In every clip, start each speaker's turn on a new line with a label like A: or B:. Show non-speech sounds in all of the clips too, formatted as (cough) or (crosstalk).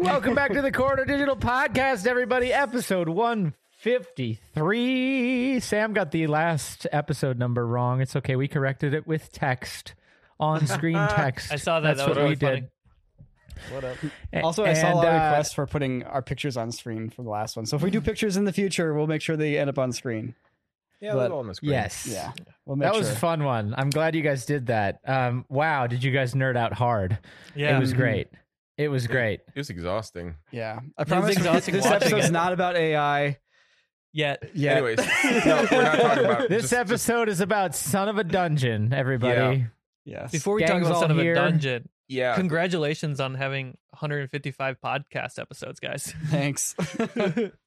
A: Welcome back to the Corridor Digital Podcast, everybody. Episode 153. Sam got the last episode number wrong. It's okay. We corrected it with text, on screen text.
B: (laughs) I saw that.
A: That's
B: That was
A: what we
B: really funny.
A: did.
B: What up?
A: A-
C: Also, I saw a
A: and,
C: lot of
A: uh,
C: requests for putting our pictures on screen for the last one. So if we do pictures in the future, we'll make sure they end up on screen.
D: Yeah,
C: But-
D: we'll go on the screen.
A: Yes.
C: Yeah, we'll make
A: That was
C: sure.
A: a fun one. I'm glad you guys did that. Um, wow, did you guys nerd out hard?
B: Yeah.
A: It was
C: Mm-hmm.
A: great. It was great.
D: It was exhausting.
C: Yeah, I promise. (laughs)
B: exhausting
C: This
B: watching
C: episode's
B: it.
C: not about AI.
B: yeah.
C: Yeah,
D: Anyways, no, we're not talking about
A: This
D: just- just-
A: episode is about Son of a Dungeon, everybody.
C: yes.
B: Before we talk
A: Gang's
B: about
A: all
B: Son of
A: here.
B: a Dungeon,
D: yeah,
B: congratulations on having 155 podcast episodes, guys. (laughs)
C: thanks.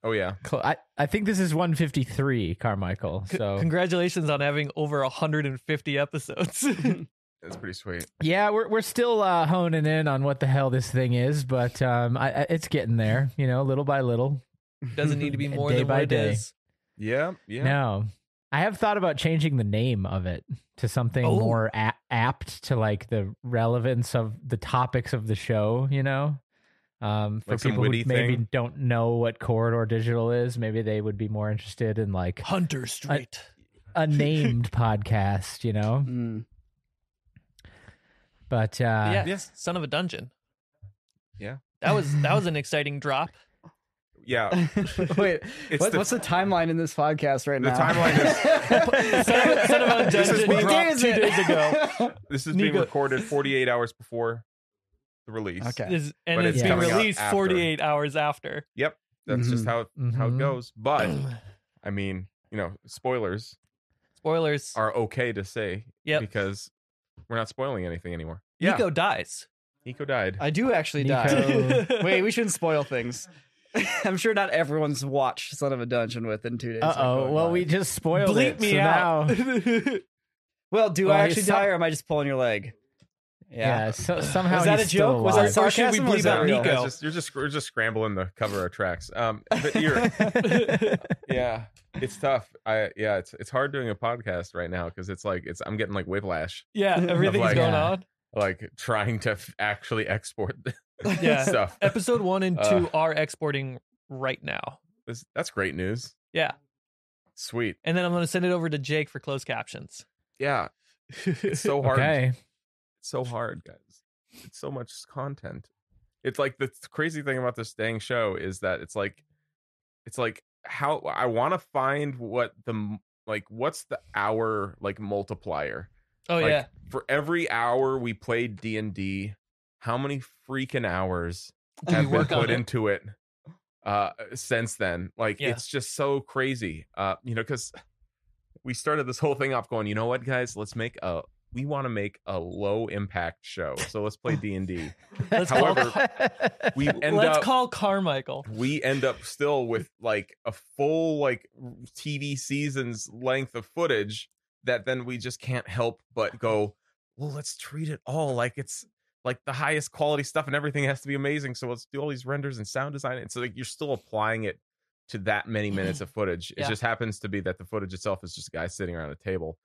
D: oh yeah,
A: Cl- I, I think this is 153, Carmichael.
B: C-
A: So
B: Congratulations on having over 150 episodes. (laughs)
D: that's pretty sweet.
A: Yeah, we're we're still uh, honing in on what the hell this thing is, but um, I, I, it's getting there. You know, little by little.
C: (laughs)
B: Doesn't need
A: (laughs)
B: to be more
A: Day
B: than
A: by
B: what it
A: day.
B: is.
D: Yeah, yeah.
A: No, I have thought about changing the name of it to something
B: Oh.
A: more a- apt to like the relevance of the topics of the show. You know, um, for
D: Like some
A: people who
D: witty
A: maybe
D: thing?
A: don't know what Corridor Digital is, maybe they would be more interested in like
B: Hunter Street.
D: (laughs)
A: a named podcast. You know,
C: Mm.
A: but uh,
B: yeah,
D: yeah.
B: Son of a Dungeon.
D: Yeah.
B: That was
A: (laughs)
B: that was an exciting drop.
E: (laughs)
D: yeah.
C: Wait,
D: It's
C: what,
D: the-
C: what's the timeline in this podcast right
D: The
C: now?
D: timeline
C: (laughs)
B: (laughs)
D: is
B: Son of, Son of a
D: This is
B: Dungeon
D: what
B: dropped
C: day is
B: two
C: it?
B: days ago.
D: this is being
B: Nico-
D: recorded 48 hours before the release.
C: Okay.
B: Is- and
D: But
B: it's,
A: it's
B: being
D: coming out
B: released
D: after.
B: 48 hours after.
D: Yep, that's just
C: Mhm.
D: how how it
A: Mhm.
D: goes. But I mean, you know, spoilers
B: Spoilers.
D: are okay to say
B: Yep.
D: because we're not spoiling anything anymore. Yeah,
B: Nico dies.
D: Nico died.
C: (laughs) I do actually
A: Nico.
B: (laughs)
C: die. Wait, we shouldn't spoil things. (laughs) I'm sure not everyone's watched Son of a Dungeon within two days.
A: Uh
C: of
A: oh!
C: going
A: Well,
C: live.
A: we just spoiled
B: Bleep
A: it.
B: me
A: so (laughs)
B: out. (laughs)
A: now-
C: Well, do
A: Well,
C: I
A: you
C: actually
A: saw-
C: die, or am I just pulling your leg?
A: Yeah. so, somehow
C: Was that
A: he's
C: a
A: still
C: joke? Was
A: alive.
C: that sarcasm?
B: bleep
C: or is that
B: out
C: real?
B: Nico?
D: That's just- you're just we're just scrambling to cover our tracks. Um, but
A: (laughs)
D: you're, yeah it's tough i yeah it's it's hard doing a podcast right now because it's like it's i'm getting like whiplash
B: yeah, everything's
D: like-
B: going
A: Yeah.
B: on.
D: like (laughs) trying to f- actually export (laughs)
B: Yeah.
D: stuff
B: Episode one and
D: Uh,
B: two are exporting right now.
D: This- that's great news
B: Yeah.
D: sweet
B: And then I'm going to send it over to Jake for closed
D: (laughs)
B: captions. (laughs) Oh,
D: yeah it's so hard
A: Okay.
D: it's so hard guys it's so much content it's like the crazy thing about this dang show is that it's like it's like how i want to find what the m- like what's the hour like multiplier
B: Oh,
D: Like,
B: yeah.
D: for every hour we played D and D, how many freaking hours
B: (laughs) we
D: have been
B: work on
D: put
B: it?
D: into it uh, since then? Like
B: Yeah.
D: it's just so crazy, uh, you know, because we started this whole thing off going, you know what, guys, let's make a we want to make a low impact show, so let's play D and D.
B: Let's
D: However,
B: (laughs)
D: we end
B: Let's
D: up
B: call Carmichael.
D: we end up still with like a full like TV season's length of footage that then we just can't help but go, well, let's treat it all like it's like the highest quality stuff and everything has to be amazing. So let's do all these renders and sound design. And so like you're still applying it to that
F: (laughs)
D: many minutes of footage. It
F: Yeah.
D: just happens to be that the footage itself is just a guy sitting around a table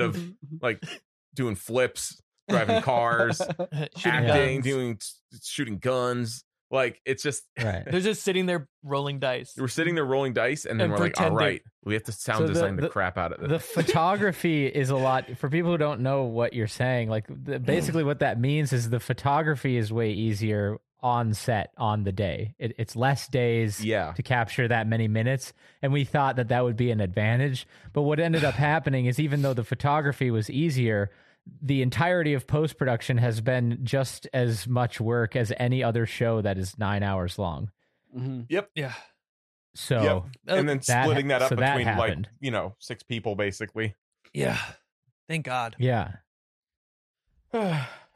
B: (laughs)
D: of
F: (laughs)
D: like doing flips, (laughs) driving cars,
F: Shooting
D: acting,
F: guns.
D: doing shooting guns. Like it's just
A: Right.
D: (laughs)
F: They're just sitting there rolling dice.
D: we're sitting there rolling dice, and then
F: And
D: we're like, all
F: pretending.
D: right, we have to sound
A: So the-
D: design the,
A: the-
D: crap out of this.
A: The photography is a lot for people who don't know what you're saying. Like the, basically, what that means is the photography is way easier on set on the day. It, it's less days
D: yeah,
A: to capture that many minutes, and we thought that that would be an advantage. But what ended
D: (sighs)
A: up happening is even though the photography was easier, the entirety of post production has been just as much work as any other show that is nine hours long.
B: Yeah. Oh,
A: So.
D: Yep. and then
A: that ha-
D: splitting that up
A: so that
D: between like
A: happened.
D: you know six people basically. (sighs)
B: Yeah. Thank God.
A: Yeah.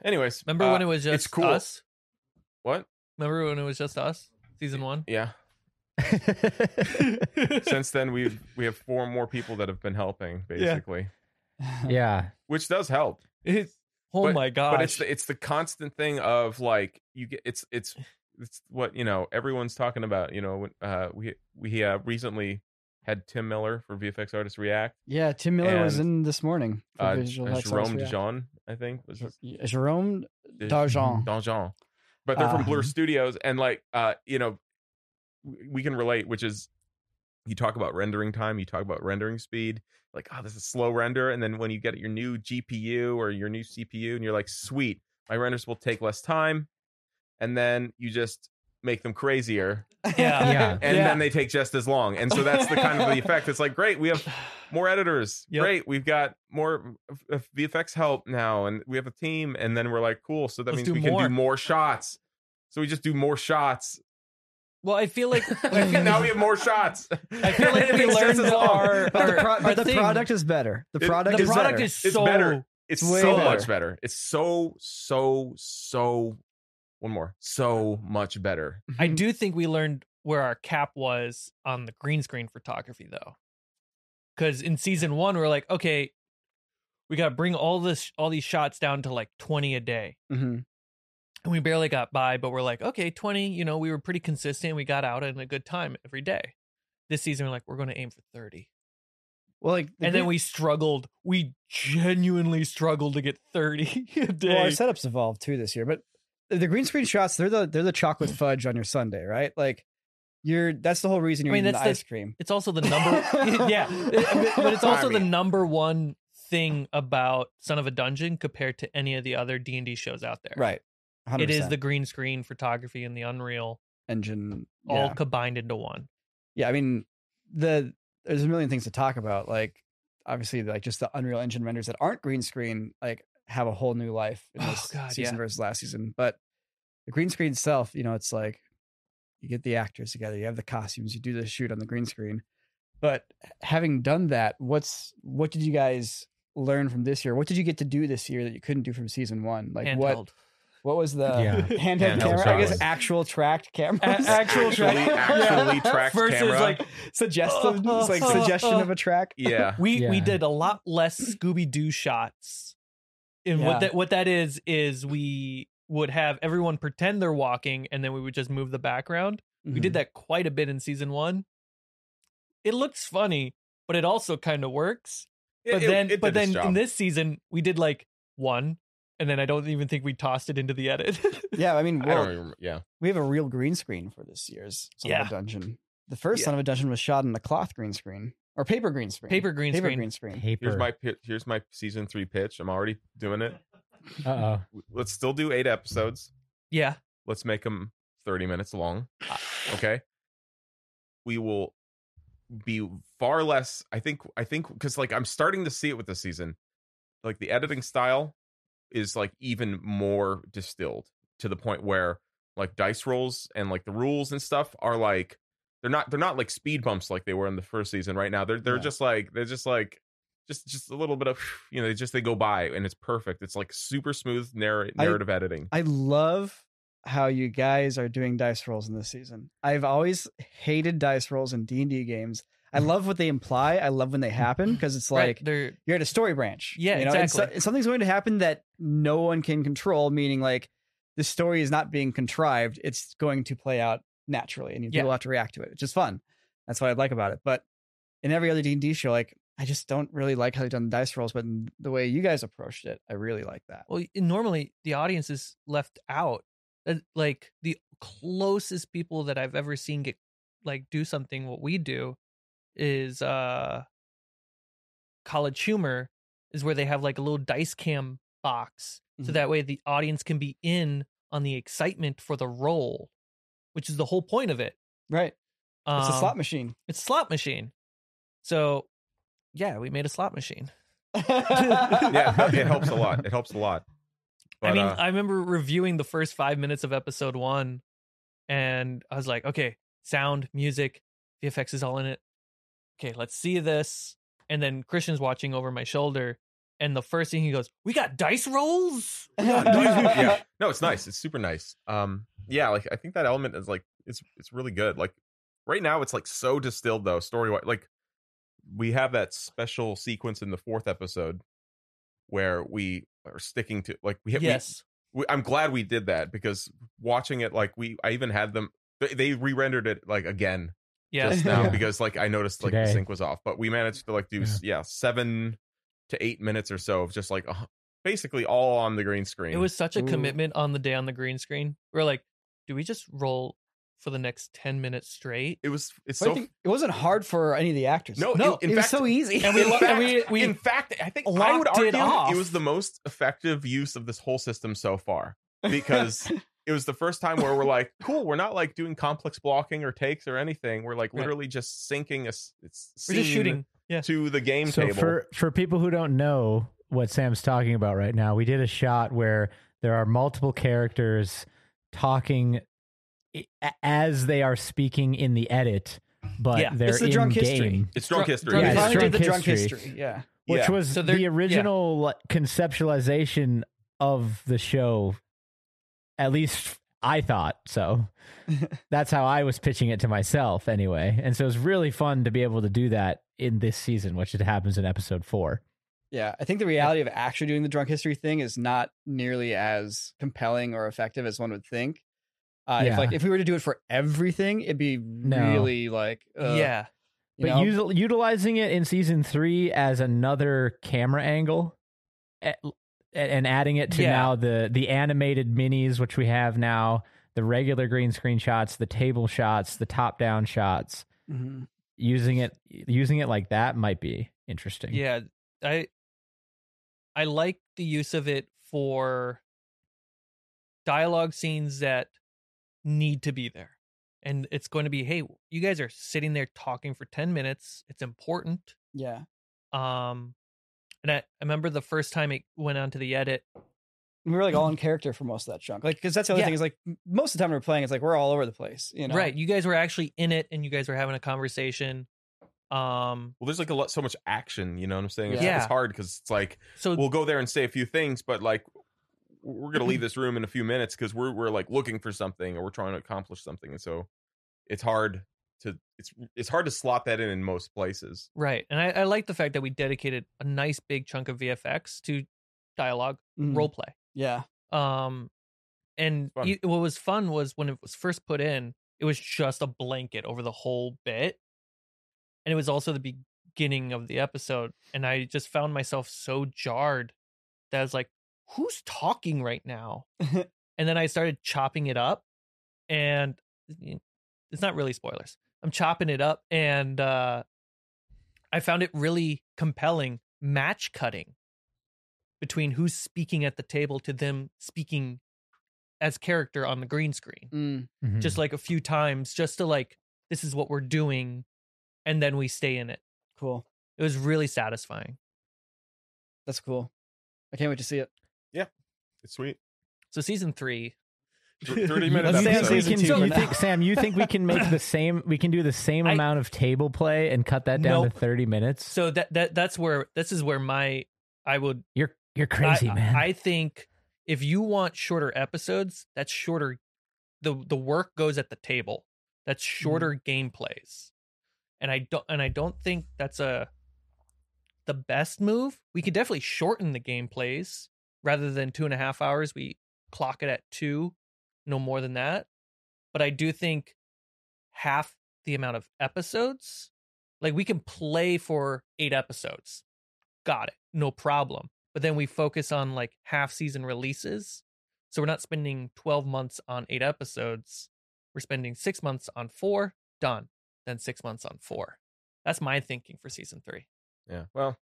D: Anyways,
B: Remember when it was just
D: Uh, it's cool.
B: us?
D: what?
B: Remember when it was just us? Season
D: (laughs)
B: one?
D: Yeah. Since then, we've we have four more people that have been helping basically,
A: yeah.
D: which does help.
B: (laughs) It's, oh my gosh.
D: But it's the, it's the constant thing of like you get it's it's it's what you know everyone's talking about. You know, when, uh, we we uh, recently had Tim Miller for VFX Artist React.
E: (laughs) Yeah, Tim Miller was
D: And,
E: in this morning for
D: Uh,
E: visual
D: uh,
E: effects
D: Jerome
E: artist
D: Dijon, I think, was his
E: react.
C: (laughs)
E: Yeah, Jerome
D: Di-
E: Darjean.
D: Donjon. But they're from
E: Uh,
D: Blur Studios, and like, uh, you know, w- we can relate, which is you talk about rendering time, you talk about rendering speed, like, oh, this is slow render, and then when you get your new GPU or your new CPU, and you're like, sweet, my renders will take less time, and then you just make them crazier,
B: yeah.
A: Yeah.
D: and
E: Yeah.
C: (laughs)
D: then they take just as long, and so that's the kind of the effect. It's like, great, we
B: (sighs)
D: have more editors.
B: Yep.
D: Great, we've got more uh, VFX help now, and we have a team. And then we're like, cool. So that
B: Let's
D: means
B: do
D: we
B: more.
D: can do more shots. So we just do more
E: (laughs)
D: shots. (laughs)
B: Well, I feel like
D: now we have more shots.
B: I feel
D: (laughs)
B: like we
D: It's just
B: learned
D: as long.
B: our,
E: But the,
B: our-
E: pro-
B: our
E: but the
B: thing.
E: product is better. The
D: It-
E: product
B: the
E: is
B: product
E: better.
B: is
D: It's
B: so
D: better. It's
E: Way
D: so
E: better.
D: much better. It's so so so. One more. So much better.
B: I do think we learned where our cap was on the green screen photography, though, because in season one we are like, okay, we got to bring all this, all these shots down to like twenty a day,
E: Mhm.
B: and we barely got by. But we're like, okay, twenty. You know, we were pretty consistent. We got out in a good time every day. This season, we're like, we're going to aim for thirty,
E: Well, like the
B: and then
E: green-
B: we struggled. We genuinely struggled to get thirty (laughs) a day.
E: Well, our setups evolved too this year, but the green screen shots they're the they're the
B: Mm.
E: chocolate fudge on your Sunday, right? Like you're that's the whole reason you're
B: I mean,
E: eating
B: that's
E: the
B: the-
E: ice cream.
B: It's also the number, (laughs)
D: (laughs)
B: yeah, but- but it's also the number one thing about Son of a Dungeon compared to any of the other D and D shows out there.
E: Right. 100%.
B: It is the green screen photography and the Unreal
E: engine.
B: all
E: yeah.
B: combined into one.
E: yeah, I mean the there's a million things to talk about. Like obviously, like just the Unreal Engine renders that aren't green screen, like have a whole new life in
B: Oh,
E: this
B: God,
E: season
B: yeah.
E: versus last season. But the green screen itself, you know, it's like you get the actors together, you have the costumes, you do the shoot on the green screen. But having done that, what's what did you guys learn from this year? What did you get to do this year that you couldn't do from season one? Like what
B: handheld.
E: what was the (laughs)
D: Uh,
A: Yeah.
D: (laughs)
E: handheld,
D: Handheld
E: camera? I guess
D: cameras.
E: actual tracked cameras.
B: actual (laughs)
D: (laughs) Actually, actually tracked
B: Versus
D: camera.
B: like (laughs)
E: suggestive it's like suggestion of a track.
D: yeah.
B: we we
A: Yeah.
B: did a lot less Scooby Doo shots. And
E: Yeah.
B: what that what that is is we would have everyone pretend they're walking, and then we would just move the background. We
D: Mm-hmm.
B: did that quite a bit in season one. It looks funny, but it also kind of works.
D: It-
B: but
D: it-
B: then,
D: it did
B: but
D: its
B: then in
D: job.
B: this season, we did like one, and then I don't even think we tossed it into the edit.
E: Yeah, I mean,
D: I
E: well,
D: don't even, yeah.
E: we have a real green screen for this year's Son of
B: Yeah.
E: a Dungeon. The first
B: Yeah.
E: Son of a Dungeon was shot in a cloth green screen or paper green screen.
B: Paper green
E: paper
B: screen.
E: green screen.
A: Paper.
D: Here's my pi- here's my season three pitch. I'm already doing it.
A: Uh oh.
D: Let's still do eight episodes.
B: (laughs) yeah,
D: let's make them 30 minutes long uh,
E: (sighs)
D: okay we will be far less i think i think because like i'm starting to see it with the season like the editing style is like even more distilled to the point where like dice rolls and like the rules and stuff are like they're not they're not like speed bumps like they were in the first season right now they're they're
E: Yeah.
D: just like they're just like just just a little bit of you know they just they go by and it's perfect it's like super smooth narr-
E: I-
D: narrative editing
E: I love how you guys are doing dice rolls in this season. I've always hated dice rolls in D and D games. I love what they imply. I love when they happen because it's
B: Mm. right,
E: like
B: they're
E: you're at a story branch.
B: Yeah,
E: you know? and so-
B: exactly.
E: and something's going to happen that no one can control, meaning like the story is not being contrived. It's going to play out naturally, and you
B: Yeah.
E: people have to react to it, which is fun.
G: That's what I like about it. But in every other D and D show, like I just don't really like how they've done the dice rolls, but in the way you guys approached it, I really like that.
B: Well, and normally the audience is left out. And, Like the closest people that I've ever seen get like do something what we do is uh college humor is where they have like a little dice cam box so
G: Mhm.
B: that way the audience can be in on the excitement for the role which is the whole point of it
G: Right. It's a
B: Um,
G: slot machine. (laughs)
B: it's a slot machine so yeah we made a slot machine
D: yeah, no, it (laughs) helps a lot. It helps a lot. But,
B: I mean,
D: uh,
B: I remember reviewing the first five minutes of episode one, and I was like, okay, sound, music, VFX is all in it. Okay, let's see this. And then Christian's watching over my shoulder, and the first thing he goes, "We got dice rolls."
D: (laughs) yeah. No, it's nice. It's super nice. Um, yeah, like I think that element is like it's it's really good. Like right now, it's like so distilled though, story wise. Like we have that special sequence in the fourth episode where we are sticking to like we have
B: yes,
D: we, I'm glad we did that because watching it, like we, I even had them. They, they re-rendered it like again
B: yeah.
D: just now
A: Yeah.
D: Um, because like I noticed like
A: Today.
D: the sync was off, but we managed to like do
A: Yeah.
D: yeah, yeah seven to eight minutes or so of just like uh, basically all on the green screen.
B: It was such a
G: Ooh.
B: commitment on the day on the green screen. We're like, do we just roll for the next ten minutes straight?
D: it was it's
G: But I
D: so
G: think it wasn't hard for any of the actors.
D: No,
B: No,
D: in, in
G: it
D: fact,
G: was so easy.
D: And we, (laughs) in,
B: lo- (laughs) and
D: fact,
B: we- we
D: in fact, I think I would
B: locked
D: argue
B: it off.
D: it was the most effective use of this whole system so far
B: (laughs)
D: because it was the first time where we're like, cool, we're not like doing complex blocking or takes or anything. We're like
B: Right.
D: literally just syncing a s- it's
B: We're just
D: scene
B: shooting.
D: to the game
A: so
D: table.
A: for for people who don't know what Sam's talking about right now, we did a shot where there are multiple characters talking i- a- as they are speaking in the edit, but
B: Yeah,
A: they're
G: it's the
A: in
G: drunk
A: game.
G: history.
D: it's drunk
B: Drunk-
D: history.
G: We
A: Yeah, it's
G: finally
A: drunk
G: did the drunk
A: history.
G: history. Yeah.
A: which
D: Yeah.
A: was
B: So they're-
A: the original like, conceptualization of the show at least i thought
G: (laughs)
A: so that's how i was pitching it to myself anyway and so it was really fun to be able to do that in this season which it happens in episode four
G: Yeah, I think the reality of actually doing the drunk history thing is not nearly as compelling or effective as one would think. Uh,
A: Yeah.
G: If like if we were to do it for everything, it'd be really like uh,
B: yeah,
G: you
A: but
G: know?
A: util- utilizing it in season three as another camera angle eh, a- and adding it to
B: Yeah.
A: now the the animated minis which we have now the regular green screen shots the table shots the top down shots
G: Mhm.
A: using it using it like that might be interesting.
B: Yeah, I I like the use of it for dialogue scenes that need to be there. And it's going to be, hey, you guys are sitting there talking for 10 minutes. It's important.
G: yeah,
B: Um and I, I remember the first time it went on to the edit.
G: we were like all in character for most of that chunk, like because that's the other
B: Yeah.
G: thing is like m- most of the time we're playing, it's like we're all over the place, you know?
B: Right. You guys were actually in it and you guys were having a conversation. Um
D: well, there's like a lot, so much action. You know what I'm saying? It's,
B: Yeah.
D: it's hard because it's like
B: so
D: we'll go there and say a few things, but like we're gonna leave this room in a few minutes because we're we're like looking for something or we're trying to accomplish something, and so it's hard to it's it's hard to slot that in in most places.
B: right. And I, I like the fact that we dedicated a nice big chunk of VFX to dialogue
G: Mhm.
B: role play.
G: Yeah,
B: Um, and
D: Fun.
B: you, what was fun was when it was first put in, it was just a blanket over the whole bit, and it was also the beginning of the episode, and I just found myself so jarred that I was like, "Who's talking right now?" and then I started chopping it up, and it's not really spoilers. I'm chopping it up, and uh, I found it really compelling match cutting between who's speaking at the table to them speaking as character on the green screen
G: Mm.
A: Mhm.
B: just like a few times just to like this is what we're doing and then we stay in it
G: cool.
B: it was really satisfying
G: That's cool. I can't wait to see (laughs) it.
D: It's sweet.
B: so season three
D: Th-
A: (laughs)
D: 30
A: You-
D: minutes.
A: you
G: Sam
A: think we
G: season
A: can-
G: two
A: you
G: now.
A: think- Sam, you think we can make
B: (laughs)
A: the same? We can do the same
B: I-
A: amount of table play and cut that down
B: Nope.
A: to thirty minutes.
B: so that that that's where this is where my i would
A: you're you're crazy,
B: I,
A: man.
B: I think if you want shorter episodes that's shorter the the work goes at the table that's
A: Mm-hmm.
B: shorter gameplays and i don't and i don't think that's a the best move we could definitely shorten the gameplays rather than two and a half hours we clock it at two no more than that but i do think half the amount of episodes. Like we can play for eight episodes. Got it. No problem. But then we focus on like half season releases. So we're not spending 12 months on eight episodes. We're spending six months on four, done. Then six months on four. That's my thinking for season three.
D: Yeah. Well,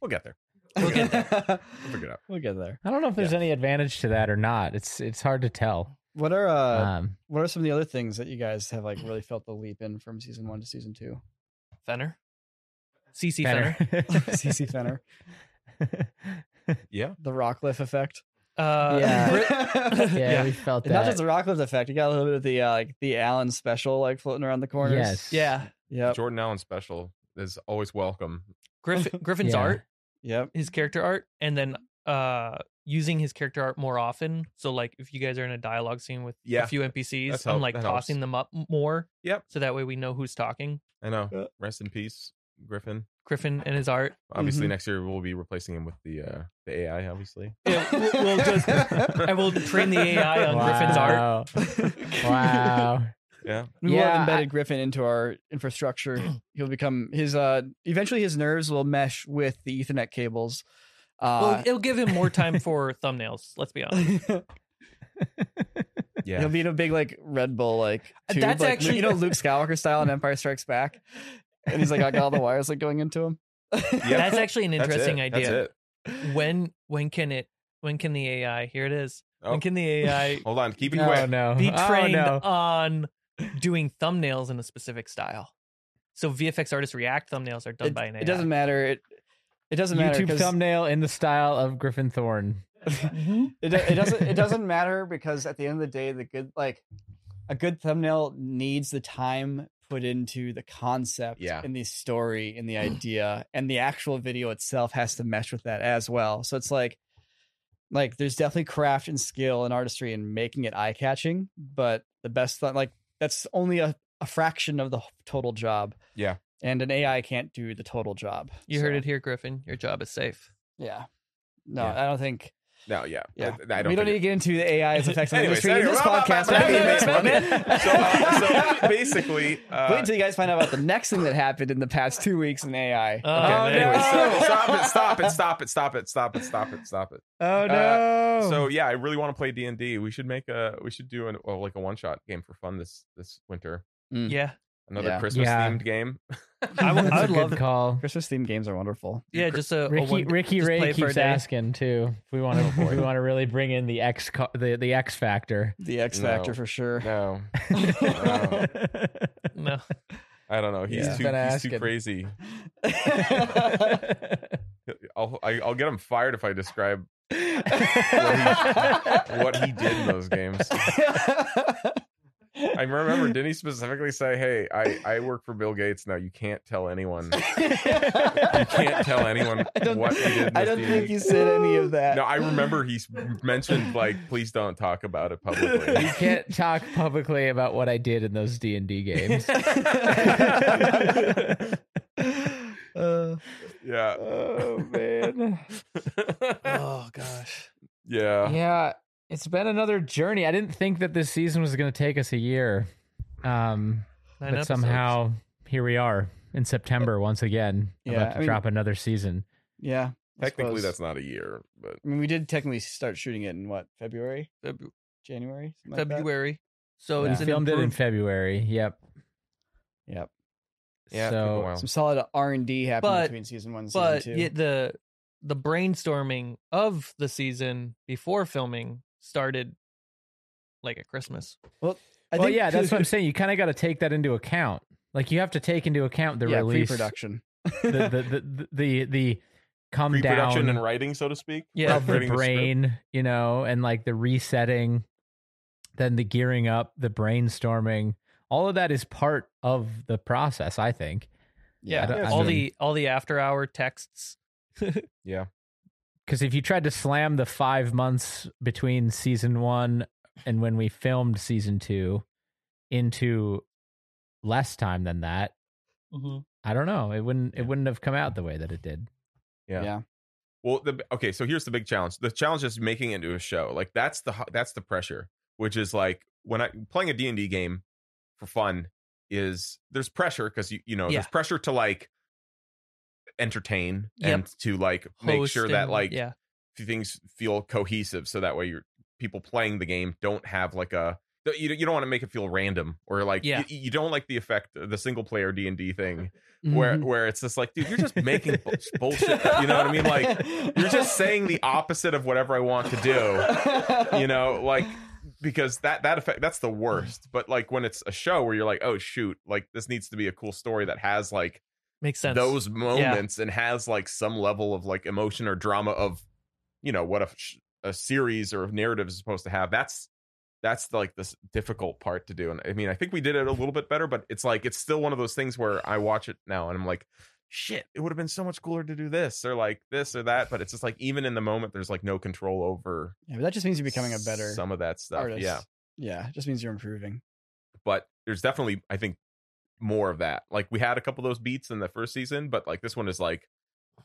D: we'll get there.
B: We'll get there.
D: We'll figure it out.
E: We'll get there.
A: I don't know if there's
D: Yeah.
A: any advantage to that or not. It's it's hard to tell.
E: What are uh,
A: um,
E: what are some of the other things that you guys have like really felt the leap in from season one to
G: (laughs)
E: season two?
B: Fenner. CC Fenner.
A: Fenner. (laughs)
B: (laughs)
E: CC Fenner,
D: Yeah.
E: the Rockcliffe effect.
B: Uh,
E: (laughs) Yeah.
D: (laughs)
B: Brit-
A: yeah,
B: yeah.
A: we felt
E: And Not
A: that.
E: just the Rockcliffe effect. You got a little bit of the uh, like the Allen special like floating around the corners.
A: yes.
B: Yeah.
E: (sighs) Yep.
D: Jordan Allen special is always welcome.
B: Griffin, Griffin's
A: Yeah.
B: art,
E: Yep. (laughs)
B: his character art, and then uh using his character art more often. So like if you guys are in a dialogue scene with
D: Yeah.
B: a few NPCs,
D: That's
B: I'm
D: help-
B: like
D: that helps.
B: tossing them up m- more.
D: Yep.
B: So that way we know who's talking.
D: I know.
E: Yeah.
D: Rest in peace, Griffin.
B: Griffin and his art.
D: Obviously,
E: Mhm.
D: next year we'll be replacing him with the uh, the AI. Obviously,
B: Yeah, we'll, we'll
D: (laughs)
B: just I will train the AI on Uh, Griffin's art.
A: art.
B: (laughs)
A: Wow.
D: yeah.
E: We will
A: Yeah,
E: have
A: I-
E: embedded Griffin into our
A: (clears throat)
E: infrastructure. He'll become his uh eventually his nerves will mesh with the Ethernet cables.
B: Well,
E: Uh
B: it'll give him more
A: (laughs)
B: time for thumbnails. Let's be honest.
D: Yeah.
E: he'll be in a big like Red Bull like tube,
B: That's
E: like,
B: actually-
E: you know Luke Skywalker style in Empire Strikes Back. And he's like I got all the wires like going into him.
D: Yeah.
B: That's actually an
D: That's it.
B: interesting
D: That's
B: idea.
D: it.
B: When when can it? When can the AI? Here it is.
D: Oh,
B: When can the AI
D: hold on. Keep
A: (laughs)
D: it
A: Oh
D: away.
A: no.
B: be
A: Oh,
B: trained
A: no.
B: on doing thumbnails in a specific style. So VFX artists React thumbnails are done
E: it,
B: by an AI.
E: it
A: (laughs)
E: doesn't matter. It it doesn't matter
A: YouTube
E: 'cause
A: thumbnail in the style of Griffin Thorne. Mm-hmm.
E: it, do- it doesn't it doesn't matter because at the end of the day the good like a good thumbnail needs the time put into the concept
D: Yeah.
E: and the story and the idea and the actual video itself has to mesh with that as well so it's like like there's definitely craft and skill and artistry in making it eye catching but the best th- like that's only a, a fraction of the h- total job
D: Yeah.
E: and an ai can't do the total job
B: You heard
E: So,
B: it here, Griffin. Your job is safe.
E: yeah no
D: Yeah.
E: i don't think
D: No, yeah,
E: yeah,
D: I- I, don't
E: we don't need to
D: think
E: get into the
D: (laughs)
E: AI's effects on the
D: Anyways,
E: industry in
D: anyway,
E: this
D: blah, blah,
E: podcast.
D: blah,
E: That'd be amazing,
D: blah, blah,
E: wouldn't it?
D: (laughs) So, uh, so
B: (laughs)
D: basically, uh,
E: wait until you guys find out about the next thing that happened in the past two weeks in AI.
B: Oh,
D: Okay,
B: man.
D: anyway,
B: (laughs)
D: so- stop it! Stop
E: (laughs)
D: it! Stop it! Stop it! Stop it! Stop it! Stop it!
A: Oh
D: Uh,
A: no.
D: So yeah, I really want to play D and D. We should make a we should do an well, like a one shot game for fun this this winter.
E: Mm.
B: Yeah.
D: Another
E: Yeah.
D: Christmas
A: Yeah.
D: themed game.
B: I would- I
A: That's a
B: would
A: good
B: love
A: call.
E: Christmas themed games are wonderful.
B: Yeah, just a, a
A: Ricky
B: one-
A: Ricky
B: just play
A: Ray
B: it for a
A: keeps
B: day.
A: asking too. If we
B: (laughs)
A: want to, we want to really bring in the X co- the the X factor.
B: (laughs)
E: The X
D: No.
E: Factor for sure.
D: No,
E: (laughs)
A: oh, (laughs)
B: No. (laughs)
D: I don't know. He's
A: Yeah.
D: too
A: Been
D: he's too
A: asking.
D: crazy. I'll I, I'll get him fired if I describe what he did in those games. I remember didn't he specifically say, "Hey, I I work for Bill Gates now. You can't tell anyone. You can't tell
E: (laughs)
D: anyone
E: I don't,
D: what you did." In
E: I
D: this
E: don't
D: D&D
E: think you said any of that.
D: No, I remember he s- mentioned like, please don't talk about
E: (laughs)
D: it publicly.
A: you can't talk publicly about what I did in those D and D
B: (laughs)
A: games.
E: Uh,
D: yeah,
A: oh man.
B: Oh gosh.
D: (laughs) yeah,
A: yeah it's been another journey i didn't think that this season was going to take us a year um
B: Nine
A: but
B: episodes.
A: somehow here we are in september once again
E: Yeah,
A: about to
E: I mean-
A: drop another season
E: (laughs) yeah. I
D: Technically,
E: suppose.
D: that's not a year, but
E: I mean, we did technically start shooting it in what February,
B: Feb-
E: January, Something like that?
B: February. So
A: we
B: oh, it's an
A: filmed it in
B: improved-
A: february yep
E: Yep.
D: yeah, it took a
A: so
D: while.
E: Some solid R and D happened
B: But-
E: between season one and season
B: but
E: two.
B: yet the the brainstorming of the season before filming started like at Christmas.
E: I
A: well
E: think
A: yeah
B: (laughs)
A: that's what
E: (laughs)
A: i'm
E: because-
A: saying you kind of got to take that into account like you have to take into account the
E: yeah,
A: release
E: pre-production.
A: (laughs)
E: (laughs)
A: the the the the, the, the come
D: pre-production
A: down
D: and writing, so to speak.
B: Yeah.
A: of the
D: Writing the script.
A: brain, you know, and like the resetting, then the gearing up, the brainstorming, all of that is part of the process, I think.
B: Yeah.
A: I- I
B: all
A: mean-
B: the all the after hour texts.
A: Because if you tried to slam the five months between season one and when we filmed season two into less time than that, I don't know. It wouldn't it wouldn't have come out the way that it did.
D: Yeah.
E: Yeah.
D: Well, the okay, so here's the big challenge. The challenge is making it into a show. Like that's the hu- that's the pressure, which is like when I playing a D and D game for fun. is there's pressure because you you know
B: Yeah.
D: there's pressure to like entertain
B: Yep.
D: and to like make
B: Host
D: sure that
B: and-
D: like
B: yeah
D: things feel cohesive so that way your people playing the game don't have like a you, you don't want to make it feel random or like
B: Yeah.
D: you, you don't like the effect of the single player d&d thing
A: (laughs)
D: where
B: Mm-hmm.
D: where it's just like dude you're
B: (laughs)
D: just making bu- bullshit you know what i mean like you're just
E: (laughs)
D: saying the opposite of whatever i want to do you know like because that that effect that's the worst but like when it's a show where you're like oh shoot like this needs to be a cool story that has like
B: makes sense
D: those moments and has like some level of like emotion or drama of you know what a, sh- a series or narrative is supposed to have that's that's like this difficult part to do and i mean i think we did it a little bit better but it's like it's still one of those things where i watch it now and i'm like shit it would have been so much cooler to do this or like this or that but it's just like even in the moment there's like no control over
E: Yeah, but that just means you're becoming a better
D: some of that stuff
E: artist.
D: yeah
E: Yeah, it just means you're improving.
D: but there's definitely I think more of that. Like we had a couple of those beats in the first season, but like this one is like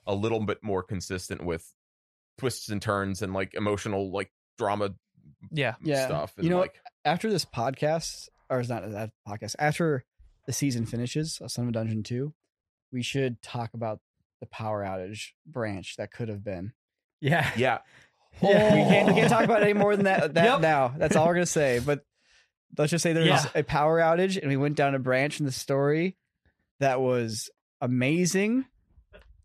D: a little bit more consistent with twists and turns and like emotional like drama
B: yeah
E: Yeah.
D: stuff. And
E: You know what?
D: like
A: (laughs)
E: After this podcast, or it's not that podcast, after the season finishes of Son of a Dungeon 2, we should talk about the power outage branch that could have been.
A: Yeah.
D: yeah,
E: We can't, we can't talk about it any more than that, that
B: Yep.
E: now. That's all we're going to
B: (laughs)
E: say. But let's just say there was
B: Yeah.
E: a power outage and we went down a branch in the story that was amazing.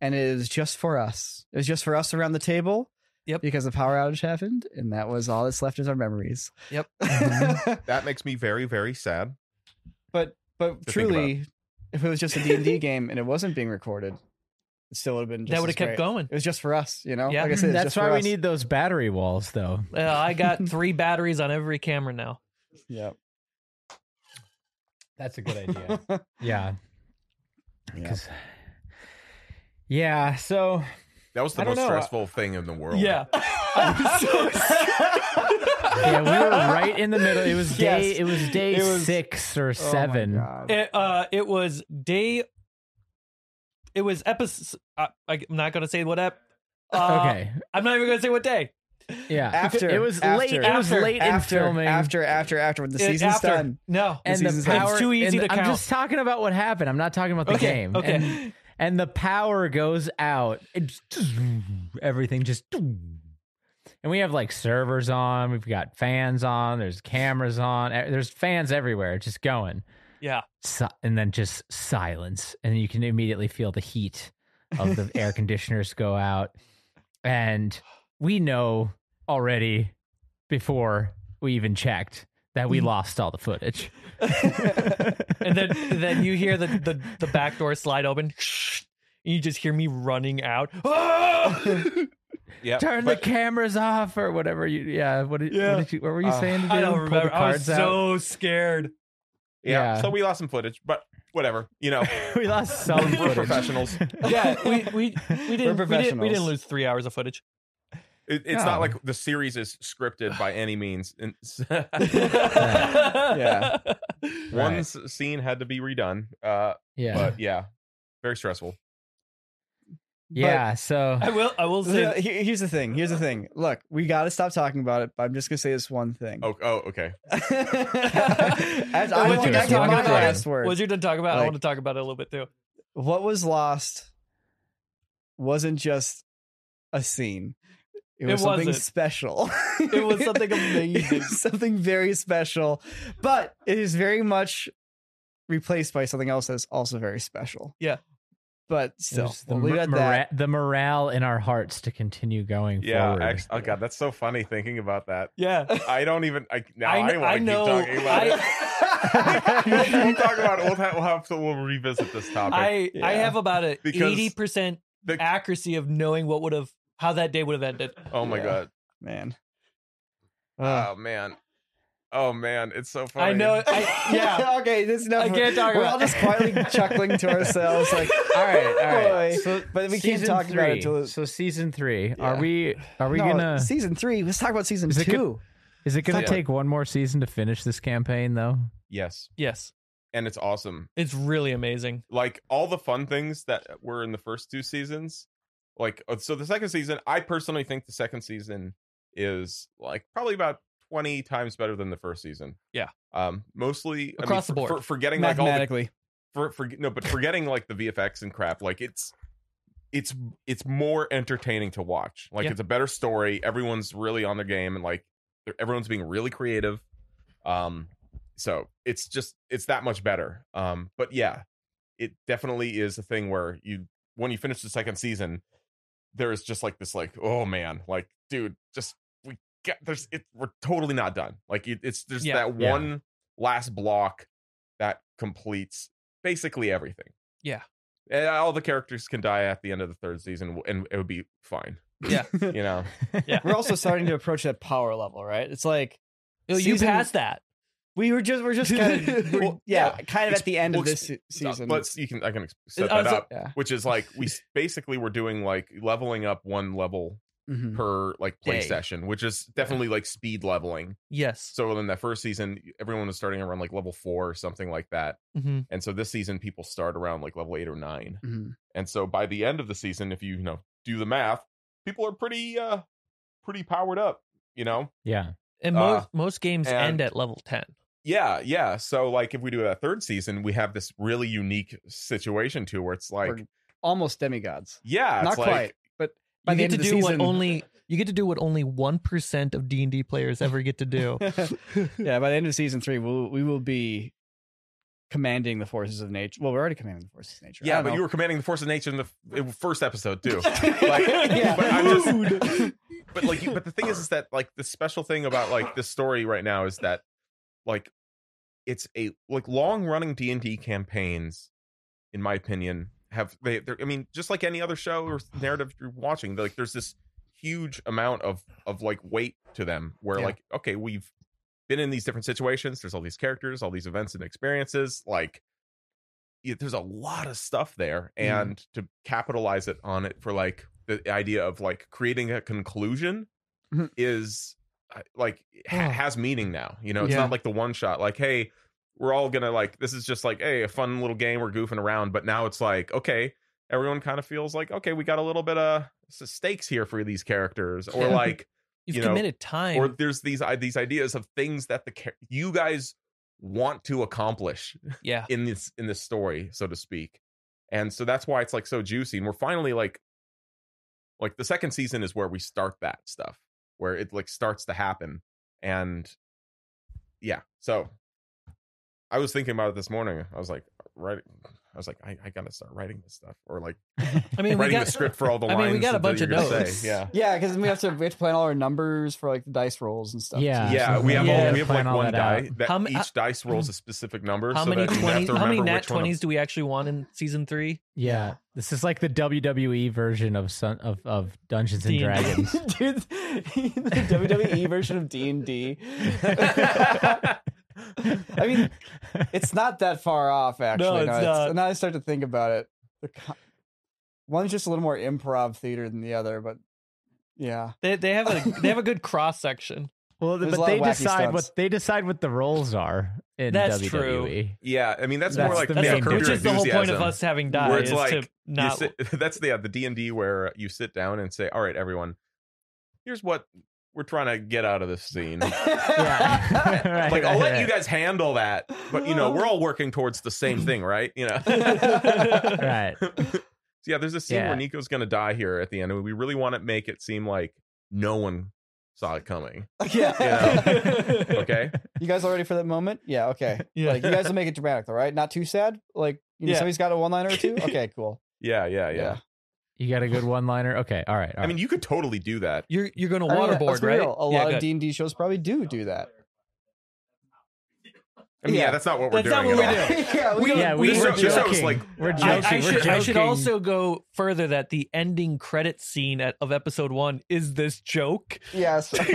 E: And it is just for us. It was just for us around the table.
B: Yep.
E: Because the power outage happened, and that was all that's left is our memories.
B: Yep.
D: that makes me very very sad.
E: (laughs) but but
D: To think about.
E: truly, if it was just a D and D (laughs) game and it wasn't being recorded, it still would have been. Just
B: that would have
E: as
B: kept
E: great.
B: going
E: It was just for us, you know.
B: Yeah.
E: like I said, it's
A: That's
E: just
A: why
E: for
A: we
E: us.
A: need those battery walls, though.
B: uh, i got three batteries on every camera now
E: Yeah,
A: That's a good idea.
E: (laughs)
A: yeah. 'Cause- Yeah. So
D: That was the
A: I don't
D: most
A: know, uh, I-
D: stressful thing in the world.
B: I'm so
A: yeah, we were right in the middle. It
B: (laughs)
A: was day.
B: Yes.
A: It was day
B: It was- Oh
A: six or seven.
B: It, uh, it was day. It was episode. I, I'm not gonna say what ep. Uh,
A: okay.
B: I'm not even gonna say what day.
A: Yeah.
E: After-
A: it was
E: after-
A: late. It was
B: after-
A: late
E: after
A: in filming.
E: after after after when the
B: It-
E: season's
B: after-
E: done.
B: No.
E: And
A: and
E: the
A: the
E: season's
A: power.
B: It's too easy
A: and
B: to
A: I'm
B: count.
A: just talking about what happened. I'm not talking about the
B: okay.
A: game.
B: Okay.
A: And, and the power goes out. It's just- everything just. And we have like servers on. We've got fans on. There's cameras on. e- There's fans everywhere. It's just going.
B: yeah.
A: si- and then just silence and you can immediately feel the heat of the air conditioners go out and we know already before we even checked that we lost all the footage (laughs)
B: And then (laughs) then you hear the the, the back door slide open. And you just hear me running out. (laughs) I
D: yeah.
A: turn the cameras off or whatever you yeah what did,
B: Yeah.
A: What, did you, what were you
E: Uh,
A: saying to do
B: don't
A: Pull the
B: remember. I was
A: cards out?
B: so scared.
D: (laughs) yeah,
A: yeah.
D: So we lost some footage, but whatever. You
A: (laughs)
D: know,
A: we lost
D: (laughs)
A: some
D: we're
A: footage. (laughs)
D: professionals.
B: Yeah, we (laughs) we we didn't, we didn't we
E: professionals.
B: didn't lose three hours of footage.
D: It, it's
A: No.
D: not like the series is scripted by any means. And
B: (laughs)
D: (laughs)
B: yeah.
D: one
A: Right.
D: s- scene had to be redone. Uh,
A: yeah (clears throat)
D: but yeah, very stressful.
A: yeah so
B: I will I will
E: So,
B: say
E: here- here's the thing. Here's the thing. Look, we got to stop talking about it. But I'm just gonna say this one thing.
D: Oh, oh, okay.
E: (laughs) As
B: What
E: I
B: you
E: want to
B: just
E: get
B: talked
E: my
B: about-
E: last word.
B: What you're done talking about, I
E: Like-
B: want to talk about it a little bit too.
E: what was lost wasn't just a scene. It
B: It
E: was something
B: wasn't.
E: special.
B: It was
E: (laughs)
B: something
E: It
B: amazing.
E: was something very special. But it is very much replaced by something else that's also very special.
B: Yeah.
E: But
A: it
E: still,
A: was the,
E: we'll leave it at that.
A: mor- mora- the morale in our hearts to continue going
D: Yeah.
A: forward.
D: Actually, oh god, that's so funny thinking about that.
B: Yeah.
E: (laughs)
D: I don't even. I now
B: I
D: I,
B: kn- I
D: want to keep
B: know-
D: talking about
B: I-
D: it. (laughs)
B: (laughs)
D: we'll talk about it. We'll have, we'll have to. We'll revisit this topic.
B: I I
E: Yeah.
B: have about a
D: Because
B: eighty percent
D: the-
B: accuracy of knowing what would have how that day would have ended.
D: oh my
E: Yeah.
D: god.
E: (laughs) Man. Uh,
D: Oh man. Oh man. It's so
B: I
D: funny.
B: know.
E: (laughs)
B: (laughs) I, yeah.
E: okay, this is
B: I can't talk
E: We're
B: about
E: all
B: it.
E: just quietly chuckling to ourselves like, all right, all right.
A: So,
E: but we can't
A: season
E: talk about it
A: three.
E: till it-
A: so season three.
E: Yeah.
A: Are we? Are we
E: No,
A: gonna?
E: season three? Let's talk about season
A: Is it
E: two.
A: good- Is it gonna
D: Yeah.
A: take one more season to finish this campaign though?
D: Yes,
B: Yes.
D: and it's awesome.
B: It's really amazing.
D: Like all the fun things that were in the first two seasons. Like uh, so, the second season. I personally think the second season is like probably about twenty times better than the first season.
B: Yeah.
D: Um, mostly I mean,
B: Across the
D: for-
B: board.
D: for, forgetting like all the,
G: mathematically.
D: for, for no, but forgetting like the VFX and crap. Like it's it's it's more entertaining to watch. Like
B: Yeah.
D: it's a better story. Everyone's really on their game and like they're- everyone's being really creative. Um, so it's just it's that much better. Um, but yeah, it definitely is a thing where you when you finish the second season, there is just like this like oh man like dude just we get there's it we're totally not done like it, it's there's
B: Yeah.
D: that
A: Yeah.
D: one last block that completes basically everything
B: Yeah.
D: and all the characters can die at the end of the third season and it would be fine
B: Yeah.
D: (laughs) you know
E: (laughs)
B: Yeah.
G: we're also starting to approach that power level, right? It's like
B: Yo, you
G: Season-
B: passed that.
G: we were just we're just kind
B: (laughs)
G: of we're-
D: Well,
G: yeah,
D: yeah.
G: kind of
D: It's-
G: at the end
D: well,
G: of this se-
D: Uh,
G: season.
D: let's you can i can ex- set
B: Uh,
D: that
B: so-
D: up
G: yeah.
D: which is like we s- basically we're doing like leveling up one level
E: Mm. Mm-hmm.
G: Mhm.
D: per like play
G: Day.
D: session which is definitely like speed leveling
B: Yes.
D: so in that first season everyone was starting around like level four or something like that
B: hmm
D: and so this season people start around like level eight or nine
G: Mhm.
D: and so by the end of the season if you you know do the math people are pretty uh pretty powered up you know
A: Yeah.
B: And most
D: Uh,
B: most games
D: and-
B: end at level ten.
D: yeah yeah so like if we do that third season we have this really unique situation too where it's like
G: We're almost demigods.
D: yeah
G: Not
D: it's like
G: quite. By
B: you
G: the
B: get
G: end
B: to
G: of
B: do
G: the season-
B: what only you get to do what only one percent of D and D players ever get to (laughs) do.
G: (laughs) yeah, by the end of season three, we'll we will be commanding the forces of nature. Well, we're already commanding the forces of nature. I
D: yeah
G: don't
D: but
G: know.
D: you were commanding the force of nature in the f- first episode too
G: (laughs)
D: like,
G: Yeah.
D: (laughs) but I'm just, but like, but the thing is, (laughs) is that like the special thing about like this story right now is that like it's a like long running D and D campaigns, in my opinion, have they? They're, I mean, just like any other show or narrative you're watching, like there's this huge amount of of like weight to them where
G: Yeah.
D: like okay we've been in these different situations there's all these characters all these events and experiences like yeah, there's a lot of stuff there
G: Mhm.
D: and to capitalize it on it for like the idea of like creating a conclusion
G: Mhm.
D: is uh, like
B: Oh.
D: ha- has meaning now you know it's
G: Yeah.
D: not like the one shot like hey we're all gonna like this is just like hey a fun little game we're goofing around but now it's like okay everyone kind of feels like okay we got a little bit of s- stakes here for these characters or
B: Yeah.
D: like
B: You've
D: you know,
B: committed time.
D: or there's these i- these ideas of things that the char- you guys want to accomplish (laughs)
B: yeah.
D: in this in this story so to speak and so that's why it's like so juicy and we're finally like like the second season is where we start that stuff where it like starts to happen and yeah so i was thinking about it this morning i was like right i was like i, I gotta start writing this stuff or like
B: I mean, we
D: writing
B: got
D: the script for all the
B: I
D: lines
B: mean, we got a
D: that
B: bunch
D: you're
B: of
D: gonna say.
B: notes.
D: yeah
G: yeah, because we have to we have to plan all our numbers for like the dice rolls and stuff.
A: Yeah.
G: (laughs)
D: yeah, we have
B: (laughs) Yeah,
D: all, we have like
A: plan all
D: one
A: that out.
D: die that
B: How ma-
D: each dice rolls a specific number.
B: how
D: so
B: many
D: that you have
B: twenty?
D: to
B: How many
D: remember
B: nat
D: which one of-
B: twenties do we actually want in season three?
A: Yeah. This is like the WWE version of Sun of, of Dungeons and
B: D&D.
A: Dragons.
E: (laughs) Dude, the
G: E
E: WWE version of D and
D: (laughs)
E: D.
G: I mean, it's not that far off actually.
B: it's not.
G: Now I start to think about it. The co- one's just a little more improv theater than the other, but yeah,
B: They they have a they have a good cross
D: (laughs)
B: section.
A: well,
G: There's a
A: but
G: lot
A: they
G: of wacky
A: decide what
G: stunts.
A: they decide what the roles are in E.
B: That's
A: WWE.
D: Yeah, I mean that's,
A: That's
D: more like
A: the
D: yeah,
A: main
D: Curb
A: bit.
B: Which
D: Your
B: is the whole point of
D: Enthusiasm,
B: us having died
D: where it's
B: is to
D: like you
B: not.
D: sit, (laughs) that's the yeah, the D and D where you sit down and say, "All right, everyone, here's what we're trying to get out of
B: (laughs)
D: this scene."
A: Yeah. (laughs) Right,
D: like I'll
A: right,
D: let
A: (laughs)
D: you
A: right.
D: guys handle that, but you know we're all working towards the same
B: (laughs)
D: thing, right?
G: (laughs)
D: You (laughs) know.
A: Right.
D: so (laughs) yeah, there's a scene
A: Yeah.
D: where Nico's gonna die here at the end, and we really want to make it seem like no one saw it coming. (laughs)
G: yeah.
B: (laughs)
D: Okay.
G: you guys all ready for that moment? Yeah. Okay.
B: Yeah.
G: Like you guys will make it dramatic, all right? Not too sad. Like you know,
B: Yeah.
G: somebody's got a one-liner
B: (laughs)
G: or two. Okay, cool.
D: Yeah, yeah, yeah.
G: Yeah.
A: You got a good one liner? Okay. All right. all
D: I mean,
A: right.
D: you could totally do that.
B: You're you're gonna
G: I mean,
B: waterboard,
G: let's be
B: right?
G: real, A
B: Yeah,
G: lot
B: good.
G: of D and D shows probably do do that.
D: I mean, yeah,
G: Yeah.
D: that's not what we're
B: That's not
D: doing.
B: what
D: at
B: we
D: all.
B: do.
G: (laughs) yeah, we,
B: We-
A: yeah, we
D: this
A: were
D: show- this show
A: joking.
D: is like-
A: we're joking.
B: I, I
A: we're
B: should,
A: joking.
B: I should also go further that the ending credit scene at, of episode one is this joke.
G: yes. That's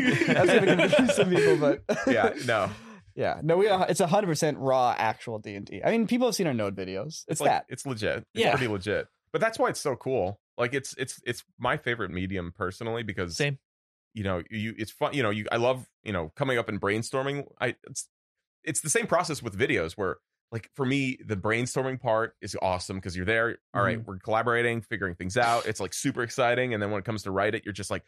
G: gonna confuse some people, but
D: (laughs) Yeah,
B: (laughs)
D: no.
G: (laughs) yeah, no. We it's hundred percent raw actual D and I mean, people have seen our node videos. It's,
D: It's like
G: that.
D: it's legit. It's
B: Yeah.
D: pretty legit. But that's why it's so cool. Like it's it's it's my favorite medium personally because
B: Same.
D: you know you it's fun you know you I love you know coming up and brainstorming. I it's it's the same process with videos where like for me the brainstorming part is awesome because you're there. All right, we're (clears throat) collaborating, figuring things out. It's like super exciting, and then when it comes to write it, you're just like.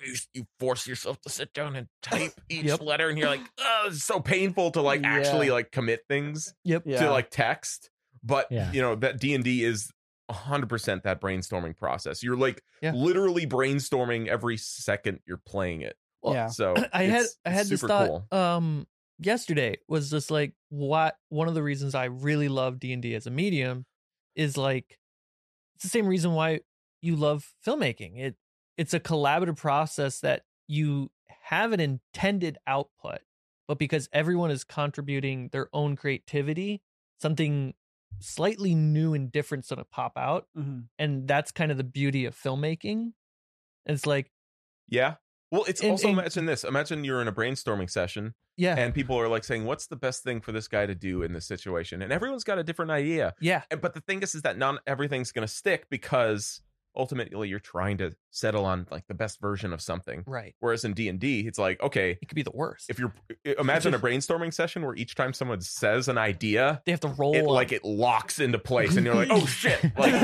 D: you, you force yourself to sit down and
B: (laughs)
D: type each
B: Yep.
D: letter, and you're like, oh, it's so painful to like actually
E: Yeah.
D: like commit things
B: Yep.
E: Yeah.
D: to like text. But
A: Yeah.
D: you know that D and D is 100 percent that brainstorming process. You're like
B: Yeah.
D: literally brainstorming every second you're playing it.
G: Yeah.
D: So
B: (clears throat) I had
D: it's-
B: I
D: it's
B: had this
D: super
B: thought
D: cool.
B: um yesterday was just like what one of the reasons I really love D and D as a medium is like it's the same reason why you love filmmaking. It it's a collaborative process that you have an intended output, but because everyone is contributing their own creativity, something slightly new and different's gonna pop out.
G: (laughs)
B: And that's kind of the beauty of filmmaking. It's like,
D: Yeah. Well, it's
B: And-
D: also
B: and-
D: imagine this. Imagine you're in a brainstorming session
B: yeah,
D: and people are like saying, "What's the best thing for this guy to do in this situation?" And everyone's got a different idea.
B: yeah,
D: And- But the thing is, is that not everything's going to stick because ultimately you're trying to settle on like the best version of something.
B: right.
D: Whereas in D and D, it's like, okay,
B: It could be the worst.
D: if you're imagine a brainstorming session where each time someone says an idea,
B: they have to roll
D: it
B: up.
D: like it locks into place, and you're like, oh shit, like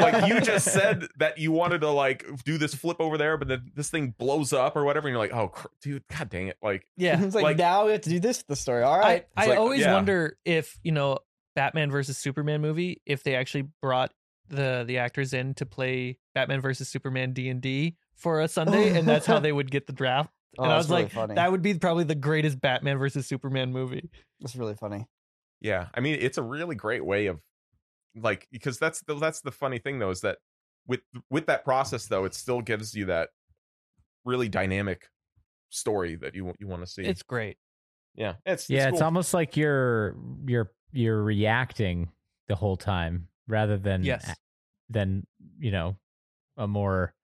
D: like you just said that you wanted to like do this flip over there, but then this thing blows up or whatever, and you're like, oh, cr- dude, god dang it, like
B: yeah.
E: it's like,
D: like-
E: now we have to do this with the story. All
B: I,
E: right.
B: I
D: like,
B: always
D: yeah.
B: wonder if you know Batman versus Superman movie if they actually brought the the actors in to play Batman versus Superman D and D for a Sunday, and
E: (laughs)
B: that's how they would get the draft.
E: Oh,
B: and I
E: that's
B: was
E: really
B: like,
E: funny.
B: that would be probably the greatest Batman versus Superman movie.
E: that's really funny.
D: Yeah, I mean it's a really great way of like because that's the that's the funny thing though is that with with that process though it still gives you that really dynamic story that you you want to see.
B: It's great.
D: yeah, it's
A: yeah, it's
D: cool.
A: almost like you're you're you're reacting the whole time rather than
B: Yes.
A: than you know a more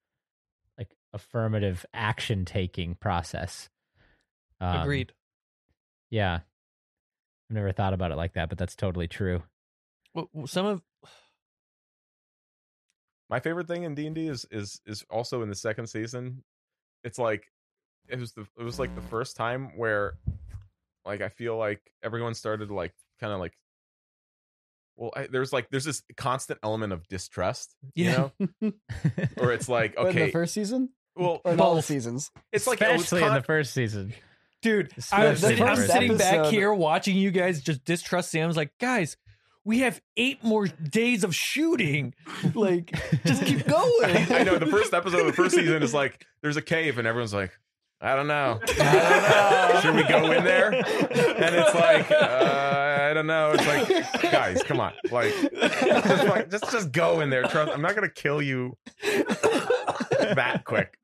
A: like affirmative action taking process. Um,
B: Agreed.
A: Yeah, I've never thought about it like that, but that's totally true.
B: Well, well, Some of
D: my favorite thing in D and D is is is also in the second season. It's like it was the it was like the first time where like I feel like everyone started to, like kind of like well I, there's like there's this constant element of distrust, you
B: Yeah.
D: know, or it's like
E: What, in
D: okay,
E: the first season
D: well
E: or in all the
B: Both.
E: seasons?
D: it's like oh, it's
A: especially in
D: con-
A: (laughs) the first season,
B: dude,
A: Especially
B: I was
A: in
B: sitting,
A: the
B: I'm
A: first
B: sitting back
E: episode.
B: here watching you guys just distrust Sam. I was like, guys, we have eight more days of shooting. (laughs) Like, just keep going.
D: (laughs) I know
B: (laughs)
D: the first episode of the first season is like there's a cave and everyone's like, I don't know. I
B: Uh,
D: don't know. Should we go
B: (laughs)
D: in there? And it's like, uh, I don't know. It's like, guys, come on. Like, just, like, just, just go in there. Trust. I'm not gonna kill you that quick.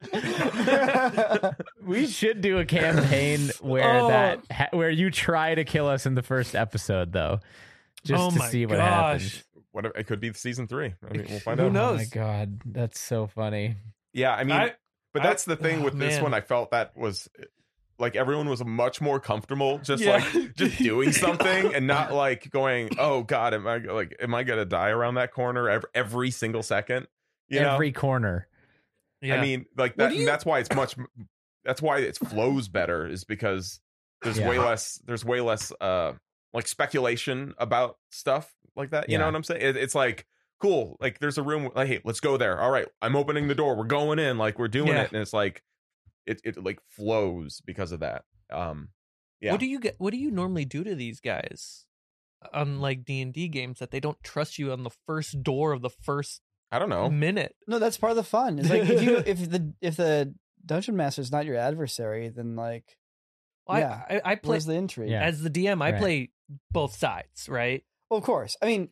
A: We should do a (laughs) campaign where
B: Oh.
A: that ha- where you try to kill us in the first episode, though, just
B: Oh
A: to
B: my
A: see what
B: gosh.
A: happens.
D: Whatever. It could be season three. I mean, we'll find
B: Who
D: out.
B: knows?
A: Oh my god, that's so funny.
D: Yeah, I mean,
B: I-
D: but
B: I-
D: that's the thing
B: oh,
D: with this
B: man.
D: one. I felt that was like everyone was much more comfortable just
B: Yeah.
D: like just
B: (laughs)
D: doing something and not like going, "Oh God, am I like am I gonna die around that corner every, every single second? You know,
A: Every corner.
D: I mean, like
B: What
D: that.
B: do
D: and
B: you-
D: That's why it's much. That's why it flows better is because there's
A: Yeah.
D: way less. There's way less uh like speculation about stuff like that. You know
A: Yeah.
D: what I'm saying? It, it's like cool. Like there's a room. Like hey, let's go there. All right, I'm opening the door. We're going in. Like we're doing
B: Yeah.
D: it, and it's like it it like flows because of that. Um, yeah.
B: What do you get? What do you normally do to these guys? Unlike D and D games, that they don't trust you on the first door of the first
D: I don't know.
B: minute.
E: No, that's part of the fun. It's like if you if the if the dungeon master is not your adversary, then like
B: I-
E: Yeah.
B: I, I, play
E: where's the intrigue?
A: Yeah.
B: as the DM. I
A: Right.
B: play both sides, right?
E: Well, of course. I mean,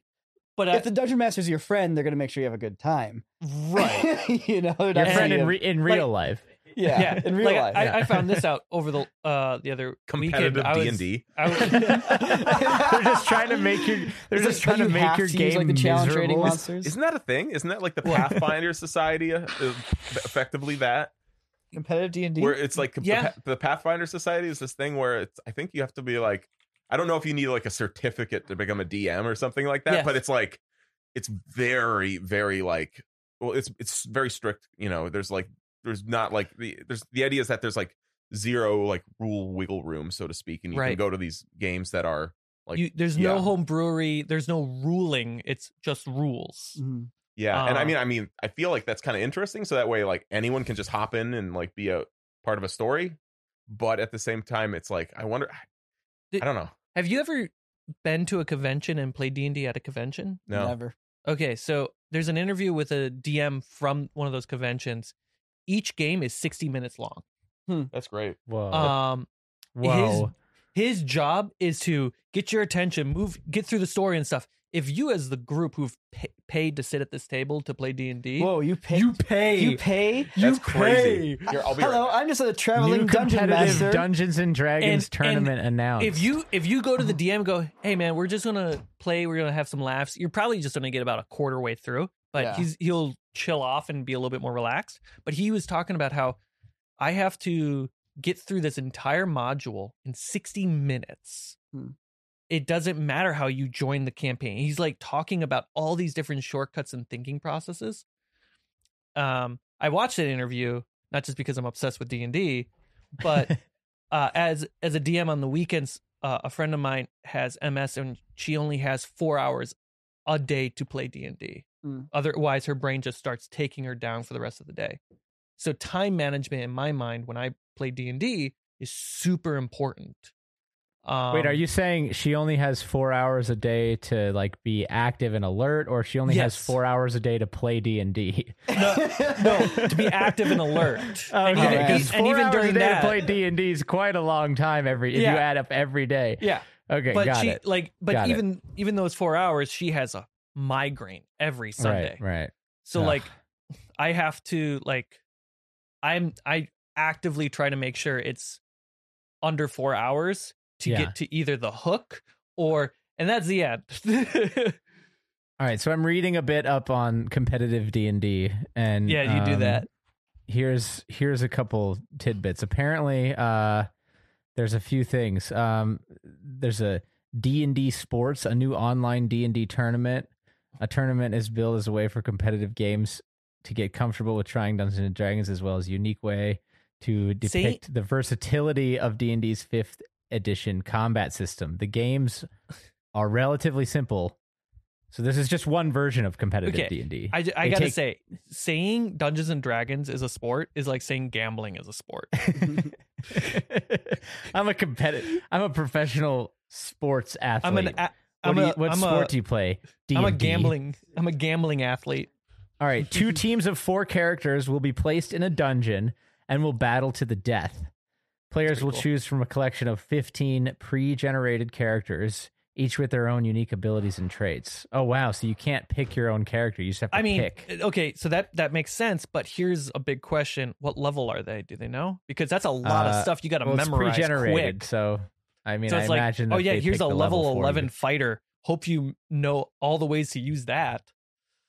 B: But I,
E: if the dungeon master's your friend, they're gonna make sure you have a good time,
B: right,
E: (laughs) you know, they're not
A: Your
E: gonna
A: friend
E: be
A: in,
E: a-
A: re- in real (laughs) life.
E: (laughs) yeah, in real
B: like,
E: life.
B: I, I found this out over the uh the other weekend.
D: Competitive
B: I was-
D: D and D.
B: I was-
A: they're just trying to make your. They're
E: It's
A: just
E: like,
A: trying
E: you
A: to make
E: have
A: your
E: to
A: game
E: use, like the challenge rating
A: miserable.
E: monsters.
D: Isn't that a thing? Isn't that
B: (laughs)
D: like the Pathfinder Society? Uh, effectively, that
E: competitive D and D?
D: where it's like the
B: Yeah.
D: Pa- the Pathfinder Society is this thing where it's I think you have to be like I don't know if you need like a certificate to become a DM or something like that,
B: Yes.
D: but it's like it's very very like well it's it's very strict. You know, there's like there's not like the there's the idea is that there's like zero like rule wiggle room so to speak, and you can
B: Right.
D: go to these games that are
E: (laughs)
D: like
B: you, there's
D: yeah.
E: Mm-hmm.
B: no home brewery. There's no ruling. It's just rules.
D: Yeah, and I
B: Uh,
D: mean, I mean, I feel like that's kind of interesting. So that way, like anyone can just hop in and like be a part of a story. But at the same time, it's like I wonder. I
B: Did-
D: don't know.
B: Have you ever been to a convention and played D and D at a convention?
D: No,
E: Never.
B: Okay, so there's an interview with a DM from one of those conventions. Each game is 60 minutes long.
D: that's great.
A: Whoa.
B: Um,
A: Whoa.
B: his job is to get your attention, move, get through the story and stuff. If you, as the group who've pa- paid to sit at this table to play D and D,
E: Whoa, you pay.
A: you pay.
E: You pay.
D: That's crazy. Here, I'll be right
E: Hello,
D: back.
E: I'm just a
A: New
E: traveling dungeon
A: competitive
E: master. (laughs)
A: Dungeons and Dragons
B: And-
A: tournament announced.
B: if you if you go to the DM, and go, hey man, we're just gonna play, we're gonna have some laughs. You're probably just gonna get about a quarter way through, but
E: Yeah.
B: he's he'll chill off and be a little bit more relaxed. But he was talking about how I have to get through this entire module in 60 minutes.
E: Hmm.
B: It doesn't matter how you join the campaign. He's like talking about all these different shortcuts and thinking processes. Um, I watched that interview not just because I'm obsessed with D and D, but uh, as as a DM on the weekends, uh, a friend of mine has MS and she only has four hours a day to play D and D.
E: Mm.
B: Otherwise, her brain just starts taking her down for the rest of the day. So time management in my mind when I play D and D is super important. Um,
A: Wait, are you saying she only has four hours a day to like be active and alert, or she only has
B: Yes.
A: four hours a day to play D and D?
B: no to be
A: (laughs)
B: active and
A: Oh,
B: alert? And even- e-,
E: right.
A: because
B: and
A: four
B: even
A: hours
B: during
A: a day
B: that-
A: to play D and D is quite a long time. Every if
B: Yeah.
A: you add up every day,
B: Yeah,
A: okay,
B: but
A: got
B: she
A: it.
B: like, but
A: Got it.
B: even even those four hours, she has a migraine every Sunday.
A: Right, right.
B: So
A: Ugh.
B: like I have to like I'm I actively try to make sure it's under 4 hours to
A: Yeah.
B: get to either the hook or and that's the end. (laughs)
A: All right, so I'm reading a bit up on competitive D and D, and
B: yeah, you do
A: um,
B: that.
A: here's here's a couple tidbits. Apparently, uh, there's a few things. Um, there's a D and D sports, a new online D and D tournament. A tournament is billed as a way for competitive games to get comfortable with trying Dungeons and Dragons, as well as a unique way to depict the versatility of D and D's fifth edition combat system. The games are relatively simple. So this is just one version of competitive
B: Okay,
A: D and D.
B: I, ju- I
A: they
B: gotta
A: take-
B: say, saying Dungeons and Dragons is a sport is like saying gambling is
A: (laughs)
B: a sport.
A: I'm a competitive. I'm a professional sports athlete.
B: I'm an.
A: what
B: A, I'm
A: do
B: a,
A: you- what
B: I'm
A: sport
B: a,
A: do you play?
B: I'm a
A: D&D.
B: gambling. I'm a gambling athlete.
A: All right,
B: (laughs)
A: two teams of four characters will be placed in a dungeon and will battle to the death. Players
D: pretty
A: will
D: cool.
A: choose from a collection of 15 pre-generated characters, each with their own unique abilities and traits. Oh wow, so you can't pick your own character. You just have to
B: I mean, uh,
A: pick.
B: okay, so that that makes sense. But here's a big question: What level are they? Do they know? Because that's a lot
A: Uh,
B: of stuff you got to
A: Well, it's
B: memorize
A: pre-generated,
B: quick.
A: so I mean,
B: so
A: I
B: it's like,
A: imagine.
B: oh
A: that
B: yeah,
A: they
B: here's
A: picked
B: a
A: the
B: level,
A: for you.
B: eleven fighter. Hope you know all the ways to use that.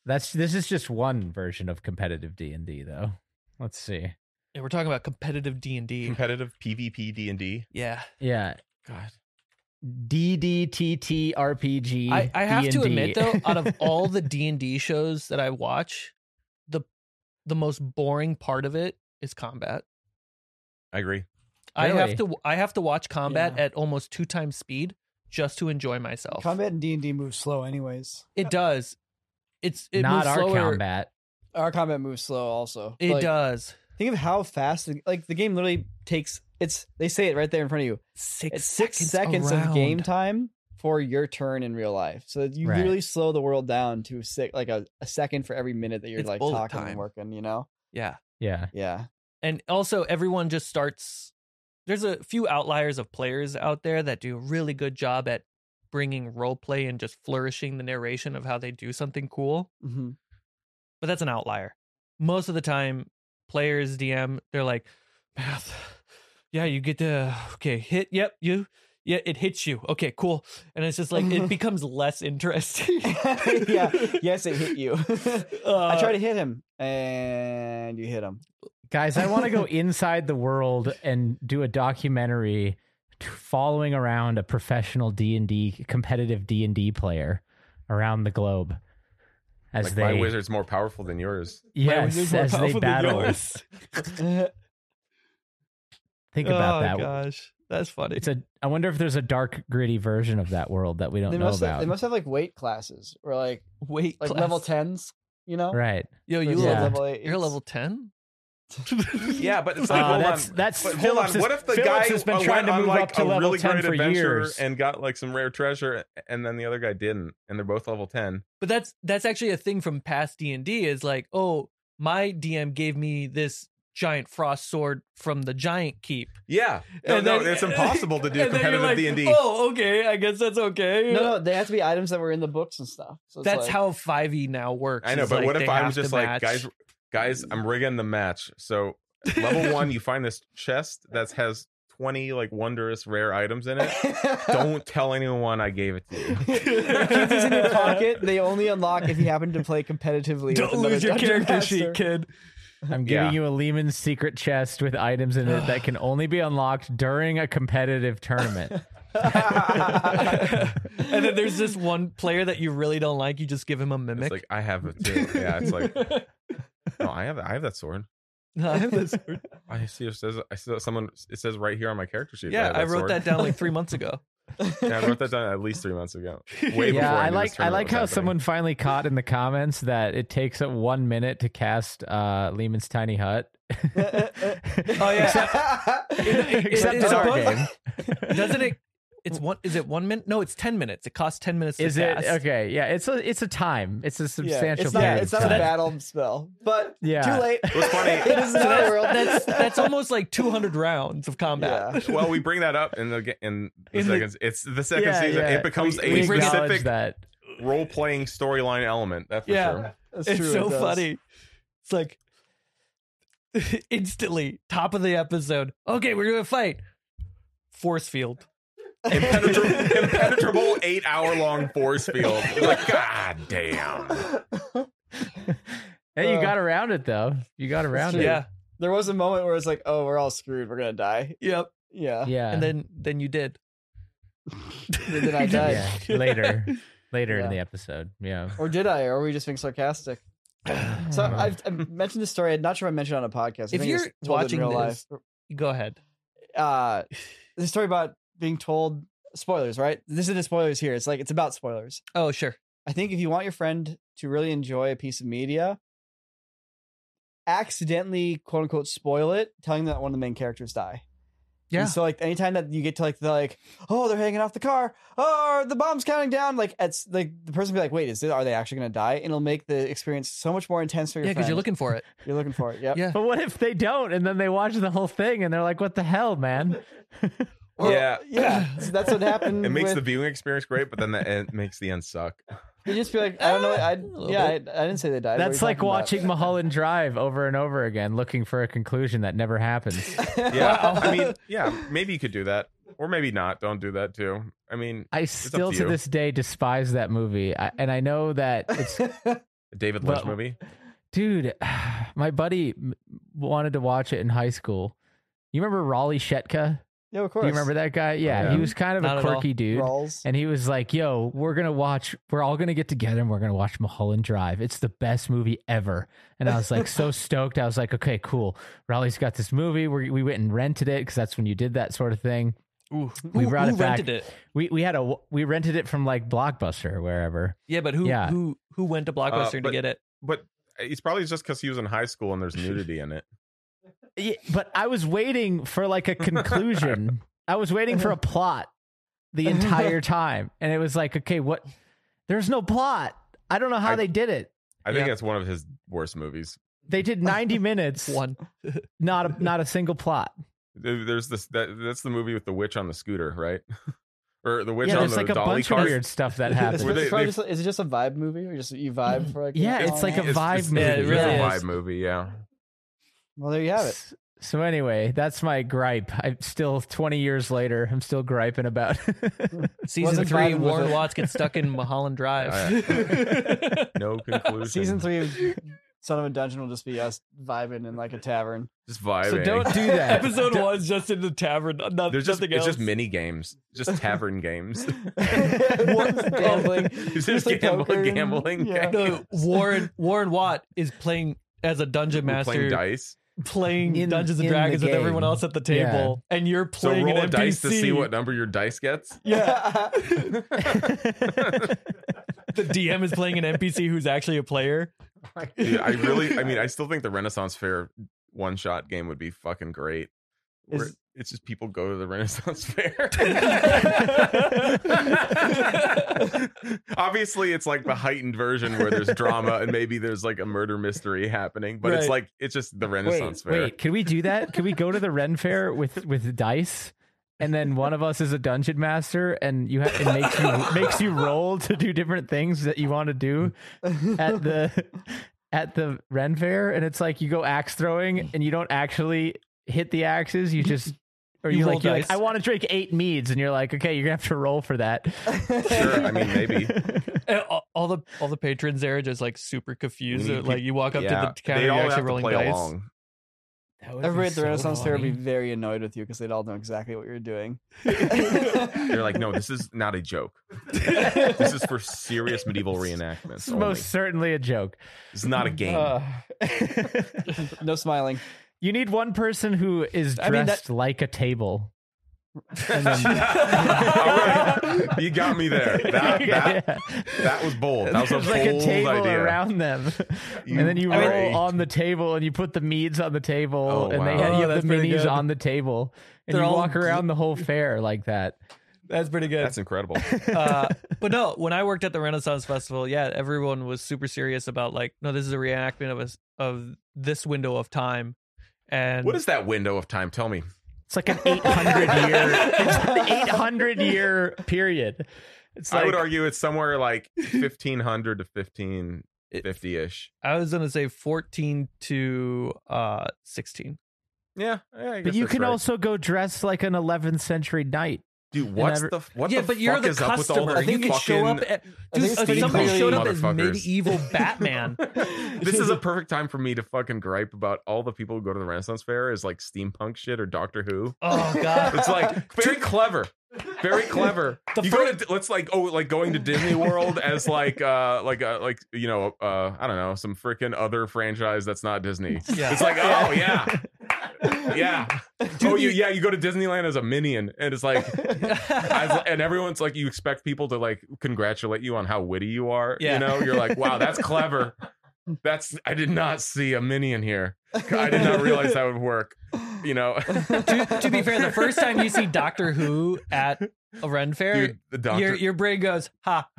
A: That's this is just one version of competitive D and D though. Let's see.
B: And we're talking about competitive D and D.
D: Competitive PvP D and D.
B: Yeah,
A: Yeah,
D: God,
A: DDTT RPG.
B: I, I have to
A: D&D.
B: admit though,
A: (laughs)
B: out of all the D and D shows that I watch, the the most boring part of it is combat.
D: I agree.
B: I
A: Really?
B: have to I have to watch combat at almost two times speed just to enjoy myself.
E: Combat in D and D moves slow, anyways.
B: It does. It's it
A: not
B: moves
A: our
B: slower.
A: combat.
E: Our combat moves slow, also.
B: It
E: Like,
B: does
E: Think of how fast, the- like the game literally takes. It's they say it right there in front of you.
B: six
E: it's six seconds, of
B: around.
E: game time for your turn in real life. So you
A: Right.
E: literally slow the world down to six, like a, a second for every minute that you're
B: It's
E: like
B: bullet
E: talking
B: time.
E: and working. You know?
B: Yeah,
A: Yeah.
E: Yeah.
B: and also everyone just starts. There's a few outliers of players out there that do a really good job at bringing role play and just flourishing the narration of how they do something cool, (laughs)
E: hmm
B: but that's an outlier. Most of the time, players DM they're like math. Yeah, you get the okay hit. Yep, you. Yeah, it hits you. Okay, cool. And it's just like
E: (laughs)
B: it becomes less interesting.
E: (laughs)
B: (laughs)
E: yeah. Yes, it hit
A: (laughs)
E: you. (laughs) I
B: Uh,
E: tried to hit him, and you hit him. (laughs)
A: Guys, I want to
B: (laughs)
A: go inside the world and do a documentary t- following around a professional D&D competitive D&D player around the globe as
D: like
A: they
D: my wizard's more powerful than yours.
A: yes, as they battle. Think about
B: oh,
A: that.
B: gosh, that's funny.
A: It's a I wonder if there's a dark gritty version of that world that we don't
E: They
A: know
E: must
A: about.
E: have, they must have like weight classes or like
B: weight
E: like
B: class.
E: level tens. you know?
A: Right.
B: Yo, you
E: Those
A: Yeah.
B: level,
E: level eights.
B: you're level (laughs) ten.
D: Yeah,
A: (laughs)
D: but it's like,
A: Uh,
D: hold
A: that's
D: on.
A: that's
D: But hold
A: Phillips
D: on.
A: is-
D: What if the
A: Phillips
D: guy
A: has been
D: uh,
A: trying
D: went
A: to
D: on,
A: move
D: like,
A: up to
D: a
A: level
D: really
A: 10
D: great
A: for
D: adventure
A: years?
D: and got like some rare treasure, and then the other guy didn't, and they're both level ten?
B: But that's that's actually a thing from past D and D is like, oh, my DM gave me this giant frost sword from the giant keep.
D: Yeah, no,
B: And
D: Oh, no,
B: then- (laughs)
A: (laughs)
D: it's impossible to do
B: And then you're
D: competitive
B: like,
D: D and D.
B: Oh, okay, I guess that's okay.
E: No, no, they have to be items that were in the books and stuff. So it's (laughs)
B: that's
E: like-
B: how five E now works.
D: I know,
B: is
D: but
B: like
D: what
B: they
D: if I'm
B: have to
D: just like,
B: match.
D: guys, guys, I'm rigging the match. So
B: (laughs)
D: level one, you find this chest that has 20 like wondrous rare items in it. Don't tell anyone I gave it to you.
E: Keep these in your pocket. They only unlock if you happen to play competitively.
B: Don't
E: with another
B: lose your
E: dungeon
B: character
E: master.
B: sheet, kid.
A: I'm
D: Yeah.
A: giving you a Lehman secret chest with items in it that can only be unlocked during a competitive tournament.
B: and then there's this one player that you really don't like. You just give him a mimic. (laughs)
D: It's like I have
A: (laughs)
D: it too. Yeah, it's like no, I have I have that sword.
B: I
D: (laughs)
B: have this.
D: I see it says I see that someone it says right here on my character sheet.
B: Yeah,
D: have
B: I wrote
D: sword.
B: that down like
D: (laughs)
B: three months ago.
D: Yeah, I wrote that down at least three months ago. Way (laughs) before
A: yeah,
D: I,
A: I
D: knew
A: like
D: this
A: I
D: tournament
A: like
D: was
A: how
D: happening.
A: someone finally caught in the comments that it takes up one minute to cast uh, Lehman's tiny
D: (laughs)
A: hut.
B: Oh yeah,
E: (laughs)
A: Except
B: it's
A: in our
B: supposed-
D: (laughs)
A: game.
B: doesn't it? It's one. Is it one minute? No, it's ten minutes. It costs ten minutes. To
A: Is it
B: cast.
A: (laughs) okay? Yeah, it's a it's a time. It's a
E: Yeah,
A: substantial
E: it's
A: period.
E: not,
A: of
E: it's not a
A: time.
E: battle spell, but
A: Yeah.
E: too
B: (laughs)
E: late.
D: What's funny-
E: it is
B: So
E: another
B: that's,
E: world.
B: that's that's almost like 200 rounds of combat.
A: (laughs)
E: Yeah.
D: well, we bring that up in the ga- in the
B: In the-
D: seconds. it's the second
A: Yeah,
D: season.
A: yeah.
D: It becomes
A: We-
D: a
A: we acknowledge
D: specific
A: that.
D: (laughs) role playing storyline element. That's for
B: Yeah.
D: sure.
E: That's
B: It's
E: true,
B: so
E: it does.
B: funny. It's like (laughs) instantly top of the episode. Okay, we're gonna fight. Force field.
D: impenetrable, impenetrable eight hour long force field. It's Like, God damn.
A: Hey, you
E: Uh,
A: got around it though. You got around it.
B: Yeah.
E: There was a moment where it's like, oh, we're all screwed. We're gonna die.
B: Yep.
E: Yeah.
A: yeah.
B: And then then you did.
E: (laughs) Or
B: (laughs)
E: did I die? (laughs)
A: yeah. (laughs) later, later
E: uh, Yeah.
A: in the episode.
E: (laughs)
A: Yeah.
E: Or did I? Or were we just being
B: (sighs)
E: sarcastic? So
A: know.
E: I've, I've mentioned this story. I'm not sure I mentioned it on a podcast. I
B: If
E: think I
B: you're
E: just told it in
B: watching
E: real
B: this- Go ahead.
E: life,
B: (sighs)
E: uh, the story about being told spoilers, right? This isn't spoilers here. It's like it's about spoilers.
B: Oh, sure.
E: I think if you want your friend to really enjoy a piece of media, accidentally quote unquote spoil it, telling them that one of the main characters die.
B: Yeah.
E: And so like anytime that you get to like the like, oh, they're hanging off the car, oh the bomb's counting down, like it's like the person be like, wait, is this, are they actually gonna die? And it'll make the experience so much more intense for your
B: Yeah, because
E: friend.
B: you're looking for
E: (laughs)
B: it.
E: you're looking for it. Yep.
B: Yeah.
A: But what if they don't, and then they watch the whole thing, and they're like, "What the hell, man?"
E: Well,
D: Yeah.
E: Yeah. So that's what happened.
D: (laughs) It makes
E: with-
D: the viewing experience great, but then the end makes the end suck.
A: (laughs)
E: you just be like, I don't know,
B: little
E: I
B: bit.
E: yeah, I, I didn't say they died. What are
A: That's
E: you
A: like
E: talking about? (laughs)
A: watching Mulholland Drive over and over again, looking for a conclusion that
E: (laughs)
A: never happens.
D: Yeah. I mean, yeah, maybe you could do that. Or maybe not. Don't do that too. I mean,
A: I
D: up
A: still
D: to
A: to,
D: you.
A: this day despise that movie, I, and I
E: (laughs)
A: know that it's
D: a David Lynch
A: Well-
D: movie.
A: dude. (sighs) My buddy m- wanted to watch it in high school. You remember Raleigh Shetka?
E: Yeah, of course.
A: Do you remember that guy? Yeah,
D: yeah.
A: he was kind of
B: Not
A: a
B: at all.
A: quirky dude.
E: Rawls?
A: And he was like, "Yo, we're gonna watch. We're all gonna get together and we're gonna watch Mulholland Drive. It's the best movie ever." And I was like, (laughs) so stoked. I was like, "Okay, cool. Raleigh's got this movie. We we went and rented it because that's when you did that sort of thing.
B: Ooh,
A: We
B: who,
A: brought
B: who
A: it back.
B: rented it?
A: We we had a we rented it from like Blockbuster or wherever.
B: Yeah, but who
A: Yeah.
B: who who went to Blockbuster
D: but-
B: to get it? (laughs)
D: But it's probably just because he was in high
A: (laughs)
D: school and there's nudity in it.
A: Yeah, but I was waiting for like a conclusion. I was waiting for a plot the (laughs) entire time, and it was like, okay, what? There's no plot. I don't know how
D: I-
A: they did it.
D: I think
B: Yeah.
D: that's one of his worst movies.
A: They did 90 minutes,
B: (laughs) One.
A: not a, not a single plot.
D: There- There's this. That, that's the movie with the witch on the scooter, right? (laughs) or the witch
A: yeah,
D: on
A: there's
D: the
A: like a
D: dolly
A: bunch
D: cart.
A: of weird stuff that
E: It's
A: happens.
D: (laughs) Were
E: just-
D: they-
E: it's probably
D: they-
E: just- is it just a vibe movee or just you vibe for like a
A: Yeah,
E: little
A: it's like a
E: while?
A: vibe
D: Yeah,
A: movie.
D: it really
B: Yeah.
D: is. a vibe movie. Yeah.
E: well there you
B: (laughs)
E: have it
A: So anyway, that's my gripe. I'm still 20 years later. I'm still griping about. (laughs)
B: Season
E: Wasn't
B: three,
E: Biden with
B: Warren
E: it.
B: Watts gets
E: (laughs)
B: stuck in Mulholland Drive. (laughs)
A: (laughs)
D: No conclusion.
E: season three of son of a dungeon will just be us vibing in like a tavern
D: Just vibing.
A: so
D: (laughs)
A: don't do that.
B: Episode one's just in the tavern. Not,
D: They're just
B: nothing
D: it's
B: else.
D: just mini games,
B: (laughs)
D: just tavern games. (laughs)
E: gambling
D: It's
E: Just
D: just
E: like
D: gamble-
E: poker and-
D: gambling.
E: yeah.
D: games.
B: No, Warren Warren Watt is playing as a dungeon
D: We're
B: master,
D: playing
B: playing,
D: dice.
A: In-
B: Dungeons
A: in
B: and
A: the
B: Dragons with everyone
A: game.
B: else at the table, and you're
D: So
B: playing
D: roll
B: an
D: a dice to
B: NPC.
D: see what number your dice gets.
E: (laughs) yeah
B: (laughs) The DM is playing an NPC who's actually a player.
H: Like,
D: Yeah, I really, I mean, I still think the Renaissance Fair one shot game would be fucking great. Where
E: Is-
D: it's just people go to the (laughs) Renaissance Fair.
B: (laughs)
A: (laughs)
D: Obviously, it's like the heightened version where there's drama and maybe there's like a murder mystery happening, but it's
B: Right.
D: like it's just the Renaissance Fair.
A: Wait, could we do that? Could we go to the Ren Fair with with dice, and then one of us is a dungeon master, and you have it makes you makes you roll to do different things that you want to do at the at the Ren Fair, and it's like you go axe throwing, and you don't actually hit the axes, you just. Or
B: You
A: you
B: roll
A: like you're like
B: dice.
A: I want to drink eight meads, and you're like, okay, you're gonna have to roll for that.
D: Sure, I mean,
B: (laughs)
D: maybe.
B: And all, all the all the patrons there are just like super confused.
D: We need
B: They're Like you walk up
D: Yeah,
B: to the counter,
D: they
B: you're
D: all
B: actually
D: have to
B: rolling
D: play
B: dice.
D: along.
E: Everybody at the Renaissance Fair would be very annoyed with you because they'd all know exactly what you're
D: (laughs)
E: doing. (laughs)
D: They're like, no, this is not a joke. this is for serious medieval
A: It's
D: reenactments. only.
A: most certainly a joke.
D: It's not a game. (laughs)
E: no smiling.
A: You need one person who is dressed
E: I mean, that-
A: like
E: (laughs)
A: a table.
D: All right. You got me there. That,
A: (laughs)
D: that,
A: Yeah.
D: that was bold. That was a
A: There's
D: bold
A: like a table
D: idea.
A: around
B: (laughs)
A: them, and then you
D: I
A: roll
D: mean-
A: on the table, and you put the meads on the table,
D: Oh,
A: and they
D: wow.
A: have,
B: Oh,
A: you have
B: that's
A: the
B: pretty
A: minis
B: good.
A: on the table, and
B: They're
A: you
B: all
A: walk
B: gl-
A: around the whole fair like that.
B: That's pretty (laughs) good.
D: That's incredible.
B: uh, but no, when I worked at the Renaissance Festival, yeah, everyone was super serious about like, no, this is a reenactment of us of this window of time. And
D: What is that window of time? Tell me.
A: It's like
B: (laughs)
A: an 800 year, it's an 800 year period. It's
D: I
A: like
D: would argue it's somewhere like 1500 to 1550 ish.
B: I was gonna say fourteen to uh sixteen.
D: Yeah, yeah,
A: But
D: I guess
A: you
D: that's
A: can
D: right.
A: also go dressed like an 11th century knight.
D: dude. What's
A: never-
D: the f- what
B: yeah,
D: the
B: but you're
D: fuck
B: the
D: is up with all
B: customer.
D: the
B: you could show up
D: fucking-
B: at
E: I think
B: dude,
E: it's
B: uh,
E: pretty
B: somebody
E: clear
B: showed
E: you
B: up as
D: motherfuckers. (laughs)
B: medieval Batman.
D: this is a perfect time for me to fucking gripe about all the people who go to the Renaissance Fair is like steampunk shit or Doctor Who.
B: oh god.
D: It's like (laughs) very clever. (laughs) Very clever. you go to let's like oh like going to Disney World as like uh like uh like you know uh I don't know some freaking other franchise that's not Disney.
B: Yeah.
D: It's like oh yeah. Yeah. oh you yeah, you go to Disneyland as a minion and it's like as, and everyone's like you expect people to like congratulate you on how witty you are.
B: Yeah.
D: You know, you're like, wow, that's clever. That's I did not see a minion here. I did
E: (laughs)
D: not realize that would work. You know,
B: to, to be fair, the first time you see Doctor Who at a Ren fair,
D: dude, the doctor.
B: your your brain goes, "Ha,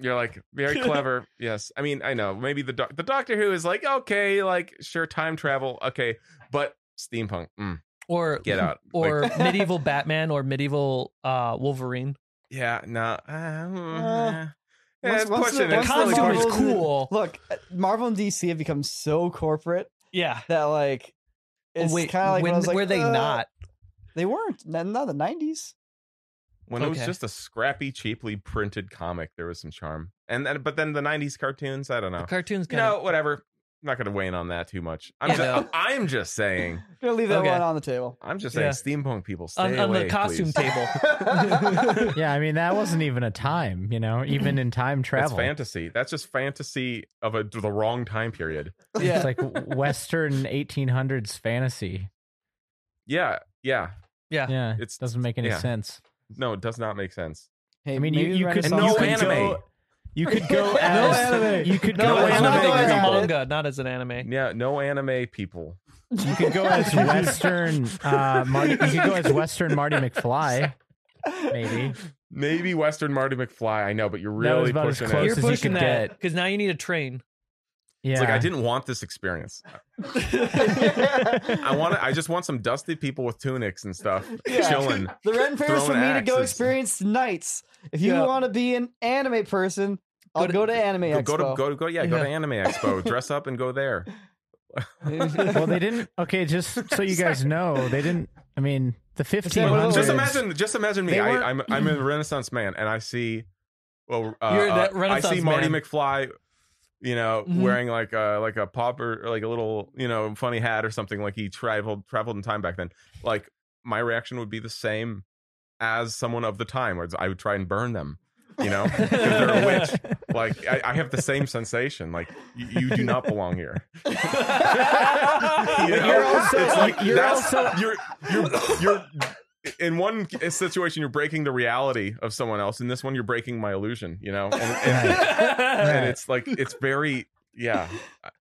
D: You're like
B: (laughs)
D: very clever. yes, I mean I know. Maybe the doc- the Doctor Who is like okay, like sure, time travel, okay, but steampunk, mm,
B: or
D: get out. Like,
B: or medieval Batman or medieval uh, Wolverine.
D: yeah, no. Uh,
E: Uh,
D: yeah,
E: once- once
D: question
E: the- once
D: is-
E: the
B: costume is
E: Marvel-
B: cool.
E: Look, Marvel and DC have become so corporate
B: Yeah. Oh,
E: that like it's
B: Wait,
E: kind of like, when,
B: when
E: I was like
B: were they
E: uh,
B: not?
E: They weren't. Not not the nineties.
D: when it was
B: Okay.
D: just a scrappy, cheaply printed comic, there was some charm. And then, but then the '90s cartoons, I don't know.
B: The cartoons
D: You
B: kind
D: know, whatever. I'm not going to weigh in on that too much. I'm
B: Yeah,
D: just,
B: no.
D: I'm
B: (laughs)
D: just saying.
E: Gonna leave that
B: Okay.
E: one on the
D: (laughs)
E: table. (laughs)
D: I'm just saying.
B: Yeah.
D: Steampunk people, stay
B: on, on
D: away,
B: the costume
D: please.
B: table.
A: Yeah, I mean that wasn't even a time, you know, even in time
D: That's
A: travel.
D: fantasy. That's just fantasy of a the wrong time period.
E: Yeah.
A: It's like Western 1800s fantasy.
D: Yeah, yeah.
A: Yeah, it
D: It's-
A: doesn't make any
D: yeah.
A: sense.
D: No, it does not make sense.
E: Hey,
A: I mean, you,
E: maybe
A: you could
E: Renaissance
D: And no
A: you
E: Fair-
A: could
D: anime.
A: Go, you (laughs) could go as
E: anime.
A: you could
B: No,
A: go
B: it's
A: as,
B: not
E: anime.
B: as a
E: Yeah.
B: manga, not as an anime.
D: Yeah, no anime people.
A: you could go (laughs) as Western uh, Marty. You could go as Western Marty McFly. Maybe
D: Maybe Western Marty McFly. I know, but you're
A: That was
D: really
A: about as
D: pushing
A: close
D: it.
B: You're
A: as you
B: pushing
A: could
B: that
A: get.
B: because now you need
E: (laughs)
B: a train.
A: yeah.
D: It's like I didn't want
A: (laughs)
D: this experience. I want. I just want some dusty people with tunics and stuff
E: Yeah.
A: (laughs)
D: chilling.
E: (laughs) The Ren Fair is for
D: Throwing
E: me to go
D: axes.
E: experience nights. If you
B: Yeah.
E: want to be an anime person, I'll go to, Anime
D: Go,
E: Expo.
D: go
E: (laughs)
D: to go to go. Yeah, go
B: Yeah.
D: to Anime Expo. Dress up and go there.
A: Well, they didn't. Okay,
D: (laughs)
A: just so you guys know, they didn't. I mean, the fifteen hundreds.
D: Just imagine. Just imagine me.
A: They
D: I,
A: weren't-
D: I'm I'm a Renaissance man, and I see. Well, uh,
B: You're
D: uh,
B: that
D: I see
B: Renaissance
D: Marty
B: man.
D: McFly. You know,
B: Mhm.
D: wearing like a like a pop or like a little you know funny hat or something. Like he traveled traveled in time back then. Like my reaction would be the same as someone of the time, where it's- I would try and burn them. You know, 'Cause they're
B: (laughs)
D: a witch. Like I, I have the same sensation. Like you, you do not belong here. You know?
A: you're also-
D: it's like
A: you're
D: that's
A: also-
D: you're you're you're in one situation you're breaking the reality of someone else in this one you're breaking my illusion you know and, and- and it's like it's very yeah,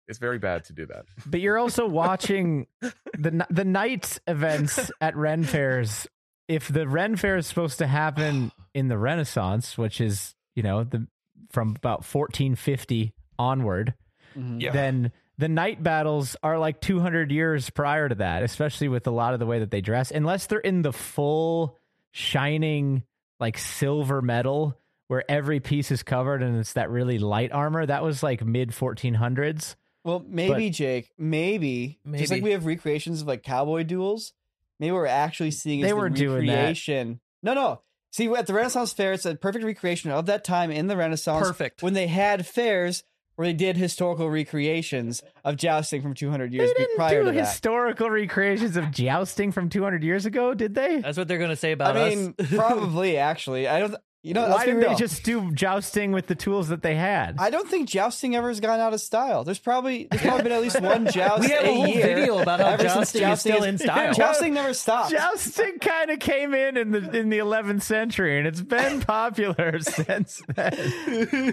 D: it's very bad to do that.
A: But you're also watching the n- the night events at Ren fairs. If the Ren fair is supposed to happen in the Renaissance, which is you know the from about 1450 onward,
E: Mm-hmm.
B: Yeah.
A: then the night battles are like 200 years prior to that. Especially with a lot of the way that they dress, unless they're in the full shining like silver metal where every piece is covered and it's that really light armor. That was like mid 1400s.
E: Well, maybe Jake, maybe, just like
B: Maybe.
E: we have recreations of like cowboy duels, maybe we're actually seeing
A: They
E: it's the
A: were doing that.
E: recreation. No, no. See, at the Renaissance Fair, it's a perfect recreation of that time in the Renaissance
B: Perfect.
E: when they had fairs where they did historical recreations of jousting from 200 years
A: They didn't
E: prior
A: do
E: to that.
A: historical recreations of jousting from 200 years ago, did they?
B: That's what they're gonna say about
E: I mean,
B: us. (laughs)
E: probably actually. I don't. th- You know,
A: Why
E: let's be
A: didn't they
E: real.
A: just do jousting with the tools that they had?
E: I don't think jousting ever has gone out of style. There's probably there's probably been at least one joust.
B: (laughs) we have a whole
E: year
B: video about how
E: ever since
B: jousting is still in style.
E: Jousting never stops.
A: jousting kind of came in in the in the 11th century, and it's (laughs) been popular since then.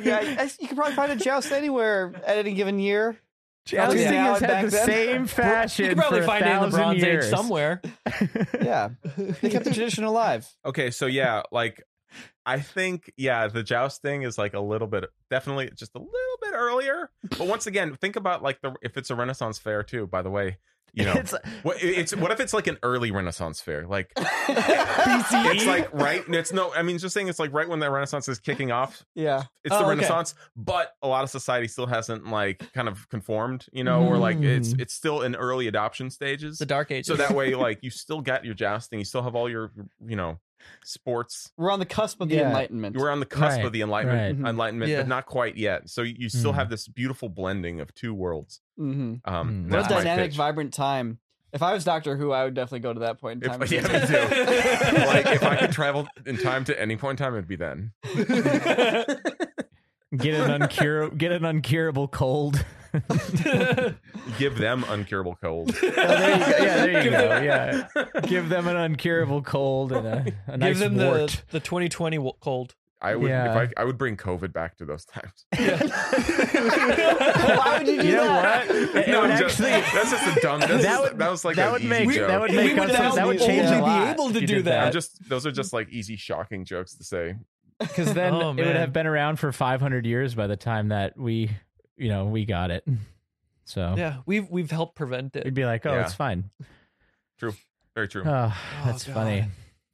A: (laughs)
E: yeah, I- I- you can probably find a joust anywhere at any given year.
A: Jousting
E: Yeah,
A: has
E: back
A: had the
E: then.
B: (laughs)
A: same fashion
B: you can probably
A: for a
B: find it in the
A: thousand
B: Bronze
A: years.
B: Age somewhere.
E: Yeah, they kept the tradition
D: (laughs)
E: alive.
D: Okay, so yeah, like I think yeah, the joust thing is like a little bit definitely just a little bit earlier. But once again, think about like the if it's a Renaissance fair too, by the way, you know.
A: (laughs) It's-
D: what it's what if it's like an early Renaissance
E: (laughs)
D: fair? Like
E: E?
D: it's like right it's no I mean just saying it's like right when the Renaissance is kicking off.
E: Yeah,
D: It's
E: Oh,
D: the
E: okay.
D: Renaissance, but a lot of society still hasn't like kind of conformed, you know, or like it's
E: Mm.
D: it's still in early adoption stages.
B: It's the Dark Ages.
D: so that way like you still got your jousting, you still have all your you know sports
E: We're on the cusp of the
A: Yeah.
E: Enlightenment.
D: we're on the cusp
A: Right,
D: of the enlightenment,
E: right.
D: enlightenment,
E: Yeah.
D: but not quite yet. So you still
A: Mm.
D: have this beautiful blending of two worlds.
E: hmm
D: Um,
A: Mm.
D: and
E: What a
D: that's my
E: dynamic,
D: pitch.
E: vibrant time. If I was Doctor Who, I would definitely go to that point in time.
D: If, (laughs) yeah,
E: (laughs)
D: me too. like if I could travel in time to any point in time, it'd be then.
A: (laughs) Get an uncurable get an uncurable cold.
D: Give them uncurable cold.
A: Oh, (laughs) there you go. Yeah, there you go.
B: (laughs)
A: Yeah, give them an uncurable cold and a, a nice
B: Give them
A: wart.
B: the, the 2020 wo- cold.
D: I would.
A: Yeah. Uh,
D: If I, I would bring COVID back to those times.
E: Why would you do
A: You know
E: that?
A: what?
D: (laughs)
A: It
D: No,
A: would
D: I'm just-
A: actually
D: that's just a dumb. That's
A: that
D: that,
A: would
D: that was like
A: that
D: an
A: would
D: easy
A: make
D: joke.
A: that would
B: We
A: make
B: would
A: us
B: now
A: that would change
B: only
A: a
B: be
A: lot
B: able to
A: if you
B: do
A: did (laughs)
B: that.
D: I'm just. Those are just like easy shocking jokes to say.
A: because then
B: Oh,
A: it would
B: man.
A: have been around for 500 years by the time that we you know we got it so
B: Yeah, we've we've helped prevent
A: we'd
B: it.
A: be like oh
D: Yeah.
A: it's fine
D: Very true.
A: oh,
D: (sighs)
A: that's
B: God.
A: funny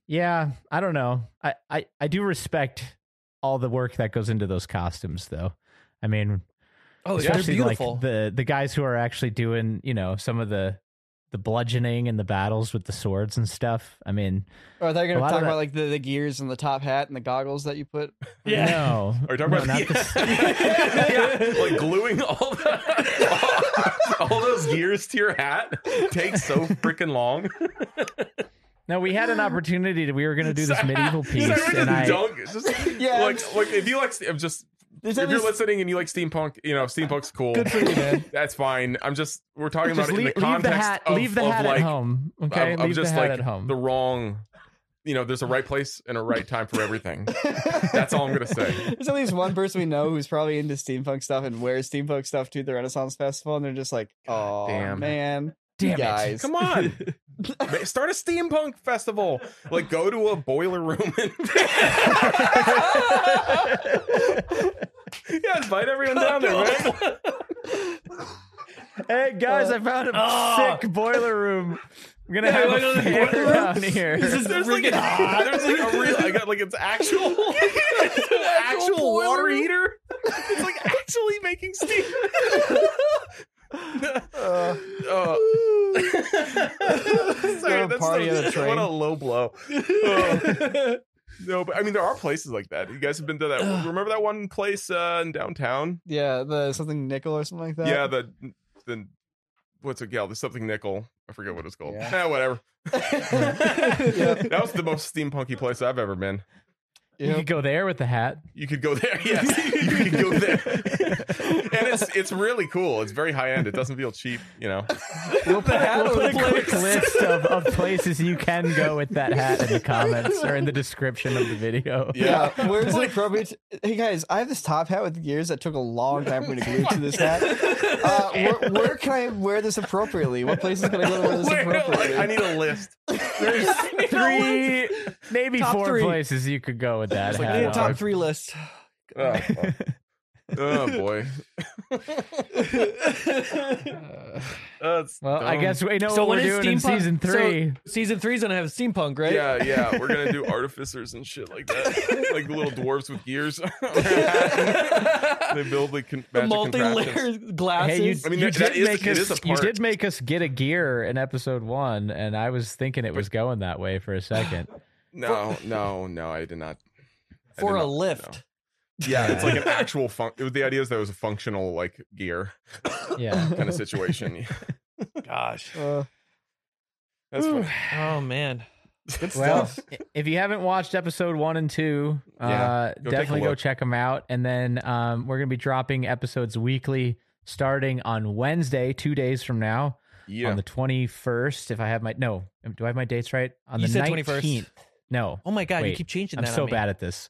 A: yeah i don't know I, I i do respect all the work that goes into those costumes though i mean
B: Oh, yeah, they're
A: especially like
B: beautiful. (laughs)
A: the the guys who are actually doing you know some of the the bludgeoning and the battles with the swords and stuff i mean
E: Or they're
A: A
E: going to
A: lot
E: talk
A: of that-
E: about like the, the gears and the top hat and the goggles that you put.
A: no
D: (laughs) Are you talking
A: no,
D: about
A: not the-
D: yeah. like gluing all the
A: (laughs)
D: all, those gears to your hat takes so freaking long.
A: No, we had an opportunity to we were going to do this medieval piece,
D: So we just
A: and I
D: don't- just-
E: Yeah,
D: like, like if you like, ste- I'm just.
E: There's
D: if
E: at
D: you're
E: least-
D: listening and you like steampunk, you know steampunk's cool.
E: Good for you, man.
D: (laughs) That's fine. I'm just we're talking
A: just
D: about it in
A: leave,
D: the
A: leave
D: context
A: the hat,
D: of,
A: leave the
D: of,
A: hat
D: like,
A: at home. Okay,
D: of, of
A: leave
D: just
A: the hat
D: like
A: at home.
D: the wrong. You know, there's a right place and a right time for everything.
E: (laughs)
D: That's all I'm gonna say.
E: There's at least one person we know who's probably into steampunk stuff and wears steampunk stuff to the Renaissance Festival, and they're just like, "Oh
D: damn.
E: man,
A: Damn it.
E: guys,
D: Come on. (laughs) Ma- Start a steampunk festival. Like go to a boiler room and (laughs) Yeah, invite everyone down there, man.
A: Hey guys, I found a sick boiler room. I'm gonna have
B: Uh, wait,
A: a
B: wait,
A: fair
B: wait, wait.
A: down here.
D: There's like, (laughs) a, there's like a real I got like it's actual
E: (laughs)
D: it's an actual water heater. It's
E: (laughs)
D: like actually making steam. Uh, Sorry,
E: They're a
D: that's
E: party
D: so-
E: on a train.
D: (laughs) What a low
E: (laughs)
D: blow. Oh. no, but I mean, there are places like that. You guys have been to that. Remember that one place uh, in downtown?
E: yeah, the something nickel or something like that."
D: yeah, the the what's it called? There's something nickel. I forget what it's called. (laughs)
E: (laughs)
D: Yeah, whatever. that was the most steampunky place I've ever been.
A: You could go there with the hat.
D: You could go there. (laughs) Yes, you could go there. (laughs) and it's it's really cool. It's very high end. It doesn't feel cheap. You (laughs) know.
A: We'll put, we'll put a
B: the
A: quick list of, of places you can go with that hat in the comments or in the description of the (laughs) video.
D: Yeah.
E: Where's the appropriate? Hey guys, I have this top hat with gears that took a long time for me to glue to this (laughs) hat. Uh, where, where can I wear this appropriately? What places can I go to wear this
D: Where-
E: appropriately?
D: I need a list.
A: There's three, maybe
B: Top
A: four
B: three.
A: places you could go with that
B: It's like,
A: hat.
B: yeah,
A: on.
B: top three list.
D: (laughs) Oh, oh (laughs) boy. That's
A: Well, I
D: dumb.
A: guess we know
B: So
A: what
B: when
A: Oh, we're
B: is
A: doing in
B: steampunk-
A: season
B: so-
A: three.
B: Season three's gonna have steampunk, right?
D: Yeah, yeah, we're gonna do (laughs) artificers and shit like that, like the little dwarves with gears. (laughs) they build the con-
B: The (laughs)
D: magic contraptions.
B: multi-layered glasses.
A: Hey, you,
D: I mean,
A: you
D: that- that
A: did
D: is-
A: make
D: it
A: us.
D: is a
A: you
D: part.
A: did make us get a gear in episode one, and I was thinking it was going that way for a
B: (sighs)
A: second.
D: No, no, no, I did not. I
B: for
D: did
B: a
D: not-
B: lift.
D: no. Yeah,
B: (laughs)
D: it's like an actual fun. It was the idea is that it was a functional like gear
A: Yeah.
D: kind of situation.
B: Gosh.
D: That's
A: (laughs)
D: funny.
B: Oh man.
A: Well, i- if you haven't watched episode one and two,
D: Yeah,
A: uh,
D: go take a
A: definitely go
D: look.
A: check them out. And then um, we're going to be dropping episodes weekly starting on Wednesday, two days from now,
D: Yeah,
A: on the 21st. If I have my, no, do I have my dates right? On
B: You
A: the
B: said
A: 21st.
B: 21st.
A: No,
B: Oh my god, you
A: Wait,
B: keep changing
A: I'm
B: that.
A: so
B: on me.
A: bad at this.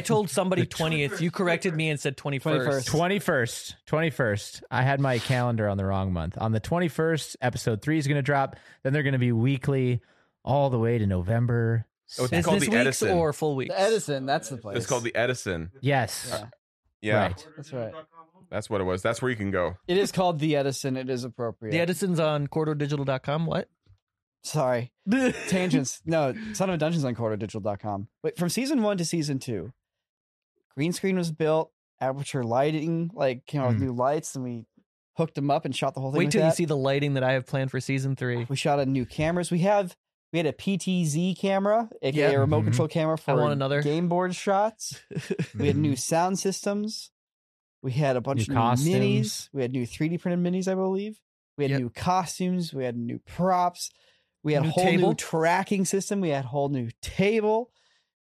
A: (laughs)
B: told somebody
A: The tw-
B: twentieth. You corrected me and said twenty
E: 21st.
B: first.
A: 21st 21st i had my calendar on the wrong month on the 21st episode 3 is going to drop then they're going to be weekly all the way to november
D: Oh, it's
A: 2nd.
D: called
B: Business
D: the
B: weeks
D: Edison.
B: or full weeks?
E: The Edison, that's the place.
D: it's called the Edison.
A: yes
E: Yeah.
D: Yeah,
A: right
E: That's right.
D: that's what it was. That's where you can go.
E: It is called the Edison. It is appropriate.
B: The Edison's on quarterdigital.com. What? (laughs)
E: Sorry. Tangents. No, Son of a Dungeon's on quarterdigital.com. Wait, from season one to season two, green screen was built, aperture lighting, like came out with
A: Mm.
E: new lights, and we hooked them up and shot the whole thing.
B: Hmm. Wait
E: with
B: till you
E: that.
B: see the lighting that I have planned for season three.
E: We shot on new cameras. We have we had a PTZ camera, aka
B: Yeah.
E: a remote
A: Mhm.
E: control camera for
B: want another.
E: game board
B: (laughs)
E: shots. We had new sound systems. We had a bunch
A: Mm-hmm. New
E: of new minis.
A: costumes.
E: We had new 3D printed minis, I believe. We had
B: Yep.
E: new costumes. We had new props. We had a
B: New
E: whole new
B: table.
E: tracking system. We had a whole new table. (sighs)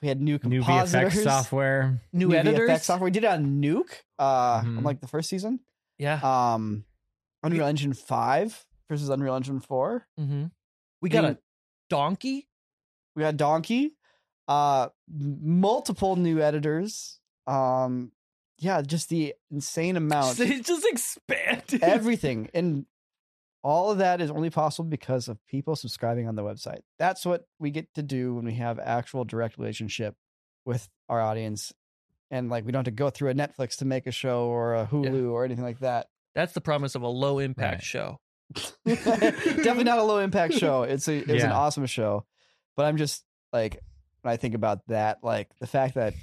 E: We had new
A: new vfx
E: compositors.
A: software
B: New,
E: VFX
B: editors.
E: software. We did it on Nuke, uh,
A: Mhm.
E: unlike the first season.
B: Yeah.
E: Um, Unreal Engine 5 versus Unreal Engine 4.
B: hmm We got
E: mean-
B: a donkey.
E: We got Donkey, uh, m- multiple new editors. Um, yeah, just the insane amount,
B: (laughs) It just expanded.
E: everything, and all of that is only possible because of people subscribing on the website. That's what we get to do when we have actual direct relationship with our audience, and like we don't have to go through a Netflix to make a show or a Hulu or anything like that.
B: That's the promise of a low impact
A: Right.
B: show.
E: Definitely not a low impact show. It's a it was an
A: Yeah.
E: awesome show, but I'm just like when I think about that, like the fact that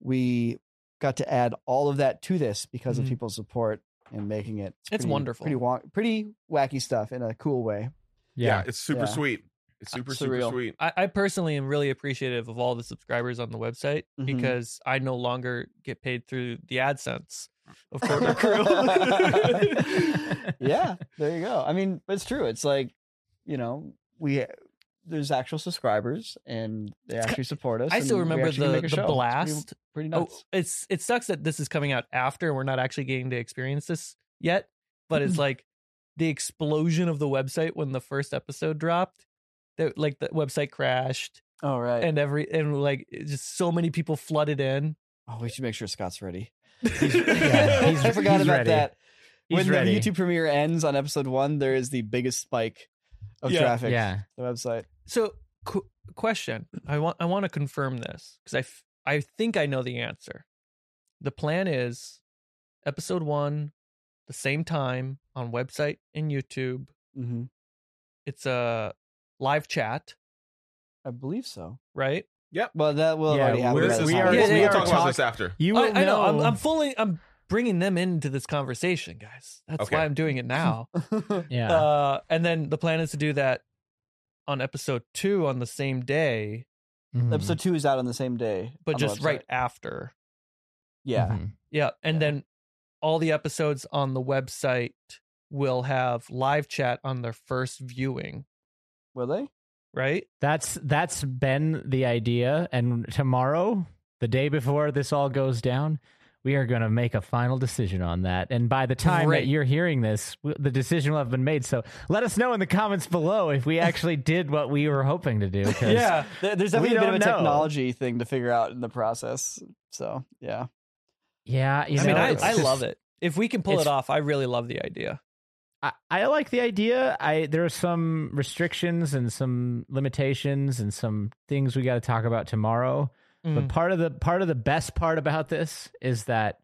E: we got to add all of that to this because of
B: Mhm.
E: people's support and making it.
B: It's
E: pretty-
B: wonderful.
E: Pretty wa- pretty wacky stuff in a cool
B: (laughs)
E: way.
D: Yeah,
A: yeah,
D: it's super
E: Yeah.
D: sweet. It's super super
E: Surreal.
D: sweet.
B: I, I personally am really appreciative of all the subscribers on the website
E: Mhm.
B: because I no longer get paid through the AdSense
E: (laughs)
B: of Quarter Crew.
E: yeah, there you go. I mean, it's true. It's like you know we. There's actual subscribers and they actually support us.
B: I still
E: and we
B: remember
E: actually can
B: the,
E: make a
B: the
E: show. It's pretty-
B: blast.
E: Pretty,
B: Oh,
E: nuts.
B: it's it sucks that this is coming out after and we're not actually getting to experience this yet. But
E: Mm-hmm.
B: it's like the explosion of the website when the first episode dropped. That like the website crashed
E: oh right.
B: and every and like it just so many people flooded in.
E: Oh, we should make sure Scott's ready.
A: (laughs)
D: (laughs)
E: (laughs)
A: yeah, he's-
E: I forgot
A: he's
E: about
A: ready.
E: that.
A: (laughs) He's
E: when
A: ready.
E: the YouTube premiere ends on episode one, there is the biggest spike of
B: Yeah.
E: traffic.
A: yeah
E: to The website.
B: So qu- question, I want I want to confirm this because I f- I think I know the answer. The plan is episode one, the same time on website and YouTube.
E: Mm-hmm.
B: It's a live chat,
E: I believe so.
B: right?
E: Well, that will
A: Yeah,
E: already happen.
A: we're-
E: by the
A: we
E: time
A: are-
E: this
B: Yeah,
E: comes out.
B: we
D: We'll
A: are
D: talk about
A: talk-
D: this after.
A: you will
B: Oh, I, I know. I'm,
A: know.
B: I'm fully. I'm bringing them into this conversation, guys. That's
D: Okay.
B: why I'm doing it now.
A: yeah
B: uh, and then the plan is to do that on episode two on the same day,
E: (laughs)
A: Mhm.
E: Episode two is out on the same day,
B: but
E: on the
B: just
E: website.
B: right after.
E: Yeah,
A: Mhm.
B: Yeah, and then all the episodes on the website will have live chat on their first viewing.
E: will they?
B: right?
A: That's that's been the idea. And tomorrow, the day before this all goes down, we are going to make a final decision on that. And by the time
B: Great.
A: that you're hearing this, w- the decision will have been made. So let us know in the comments below if we actually did what we were hoping to do. 'cause
B: Yeah.
E: There- There's definitely a bit of
A: don't
E: a
A: know.
E: technology thing to figure out in the process. So yeah,
A: yeah. You
B: I
A: know,
B: mean, I,
A: it's
B: I
A: just-
B: love it. If we can pull it
A: it's-
B: off, I really love the idea.
A: I, I like the idea. I there are some restrictions and some limitations and some things we got to talk about tomorrow. But
B: Mm.
A: part of the part of the best part about this is that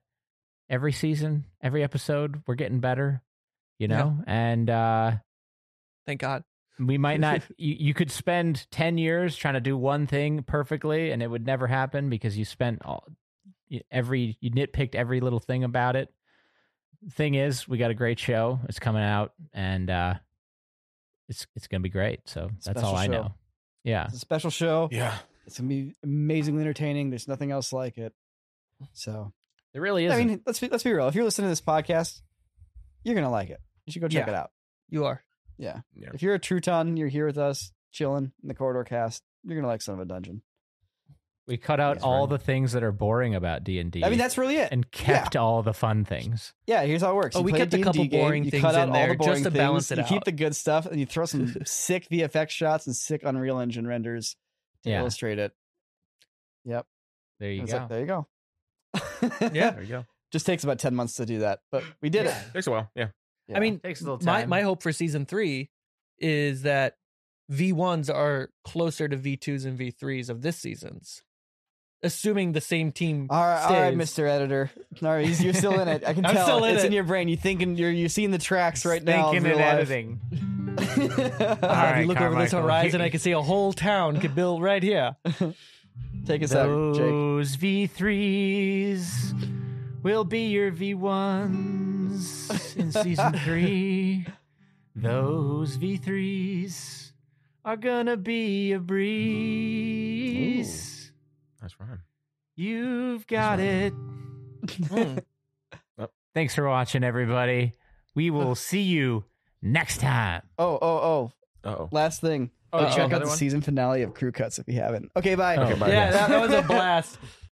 A: every season, every episode, we're getting better, you
B: Yeah.
A: know? And uh
B: Thank God.
A: we
E: (laughs)
A: might not you, you could spend 10 years trying to do one thing perfectly and it would never happen because you spent all you- every you nitpicked every little thing about it. Thing is, we got a great show. It's coming out and uh it's it's going to be great. So that's
E: Special
A: all I
E: show.
A: know. Yeah.
E: it's a special show.
D: Yeah.
E: It's gonna be amazingly entertaining. There's nothing else like it. So
A: It really is.
E: I mean, let's be let's be real. If you're listening to this podcast, you're gonna like it. You should go check
B: Yeah.
E: it out.
B: You are.
E: Yeah.
D: Yeah.
E: If you're a Truton, you're here with us, chilling in the corridor cast. You're gonna like Son of a Dungeon.
A: we cut out
E: Yes,
A: all
E: right.
A: the things that are boring about D&D.
E: I mean, that's really it.
A: and kept all the fun things.
E: Yeah, here's how it works.
B: Oh,
E: You
B: we
E: play
B: kept a
E: D&D
B: couple
E: game,
B: boring
E: you
B: things
E: cut out
B: in
E: all
B: there
E: the
B: just
E: boring
B: to
E: things,
B: balance it
E: You keep
B: out.
E: the good stuff, and you throw
B: (laughs)
E: some sick VFX shots and sick Unreal Engine renders to
A: Yeah.
E: illustrate it. Yep.
A: There you
E: It's
A: go.
E: like, there you go.
B: Yeah.
D: There you go.
E: (laughs) Just takes about ten months to do that, but we did it.
D: Takes a while. Yeah.
E: Yeah.
B: I mean,
A: Takes a little
B: my,
A: time.
B: my hope for season three is that V1s are closer to V2s and V3s of this season's, assuming the same team
E: All right, all right,
B: stays.
E: Mr. Editor. No, you- you're still in it. I can
B: I'm
E: tell.
B: still in
E: it's
B: it.
E: in your brain. You thinking you're you seeing the tracks right now. of
A: Thinking
E: real
A: and
E: life.
A: editing.
E: (laughs)
A: All
B: Ah, if
A: right,
B: you look over this
A: Carmichael. (laughs)
B: horizon, I can see a whole town could build right here.
E: Take us out, Jake.
A: Those V3s will be your V1s in season three. Those V3s are gonna be a breeze.
D: That's right.
A: You've got it.
B: Mm.
A: Thanks for watching, everybody. We will see you next time.
E: Oh, oh, oh.
D: Oh.
E: Last thing.
B: Uh-oh.
E: check out
B: Another
E: the
B: one?
E: season finale of Crew Cuts if you haven't. Okay, bye.
A: Okay,
D: bye.
A: (laughs)
B: Yeah, that, that was a blast.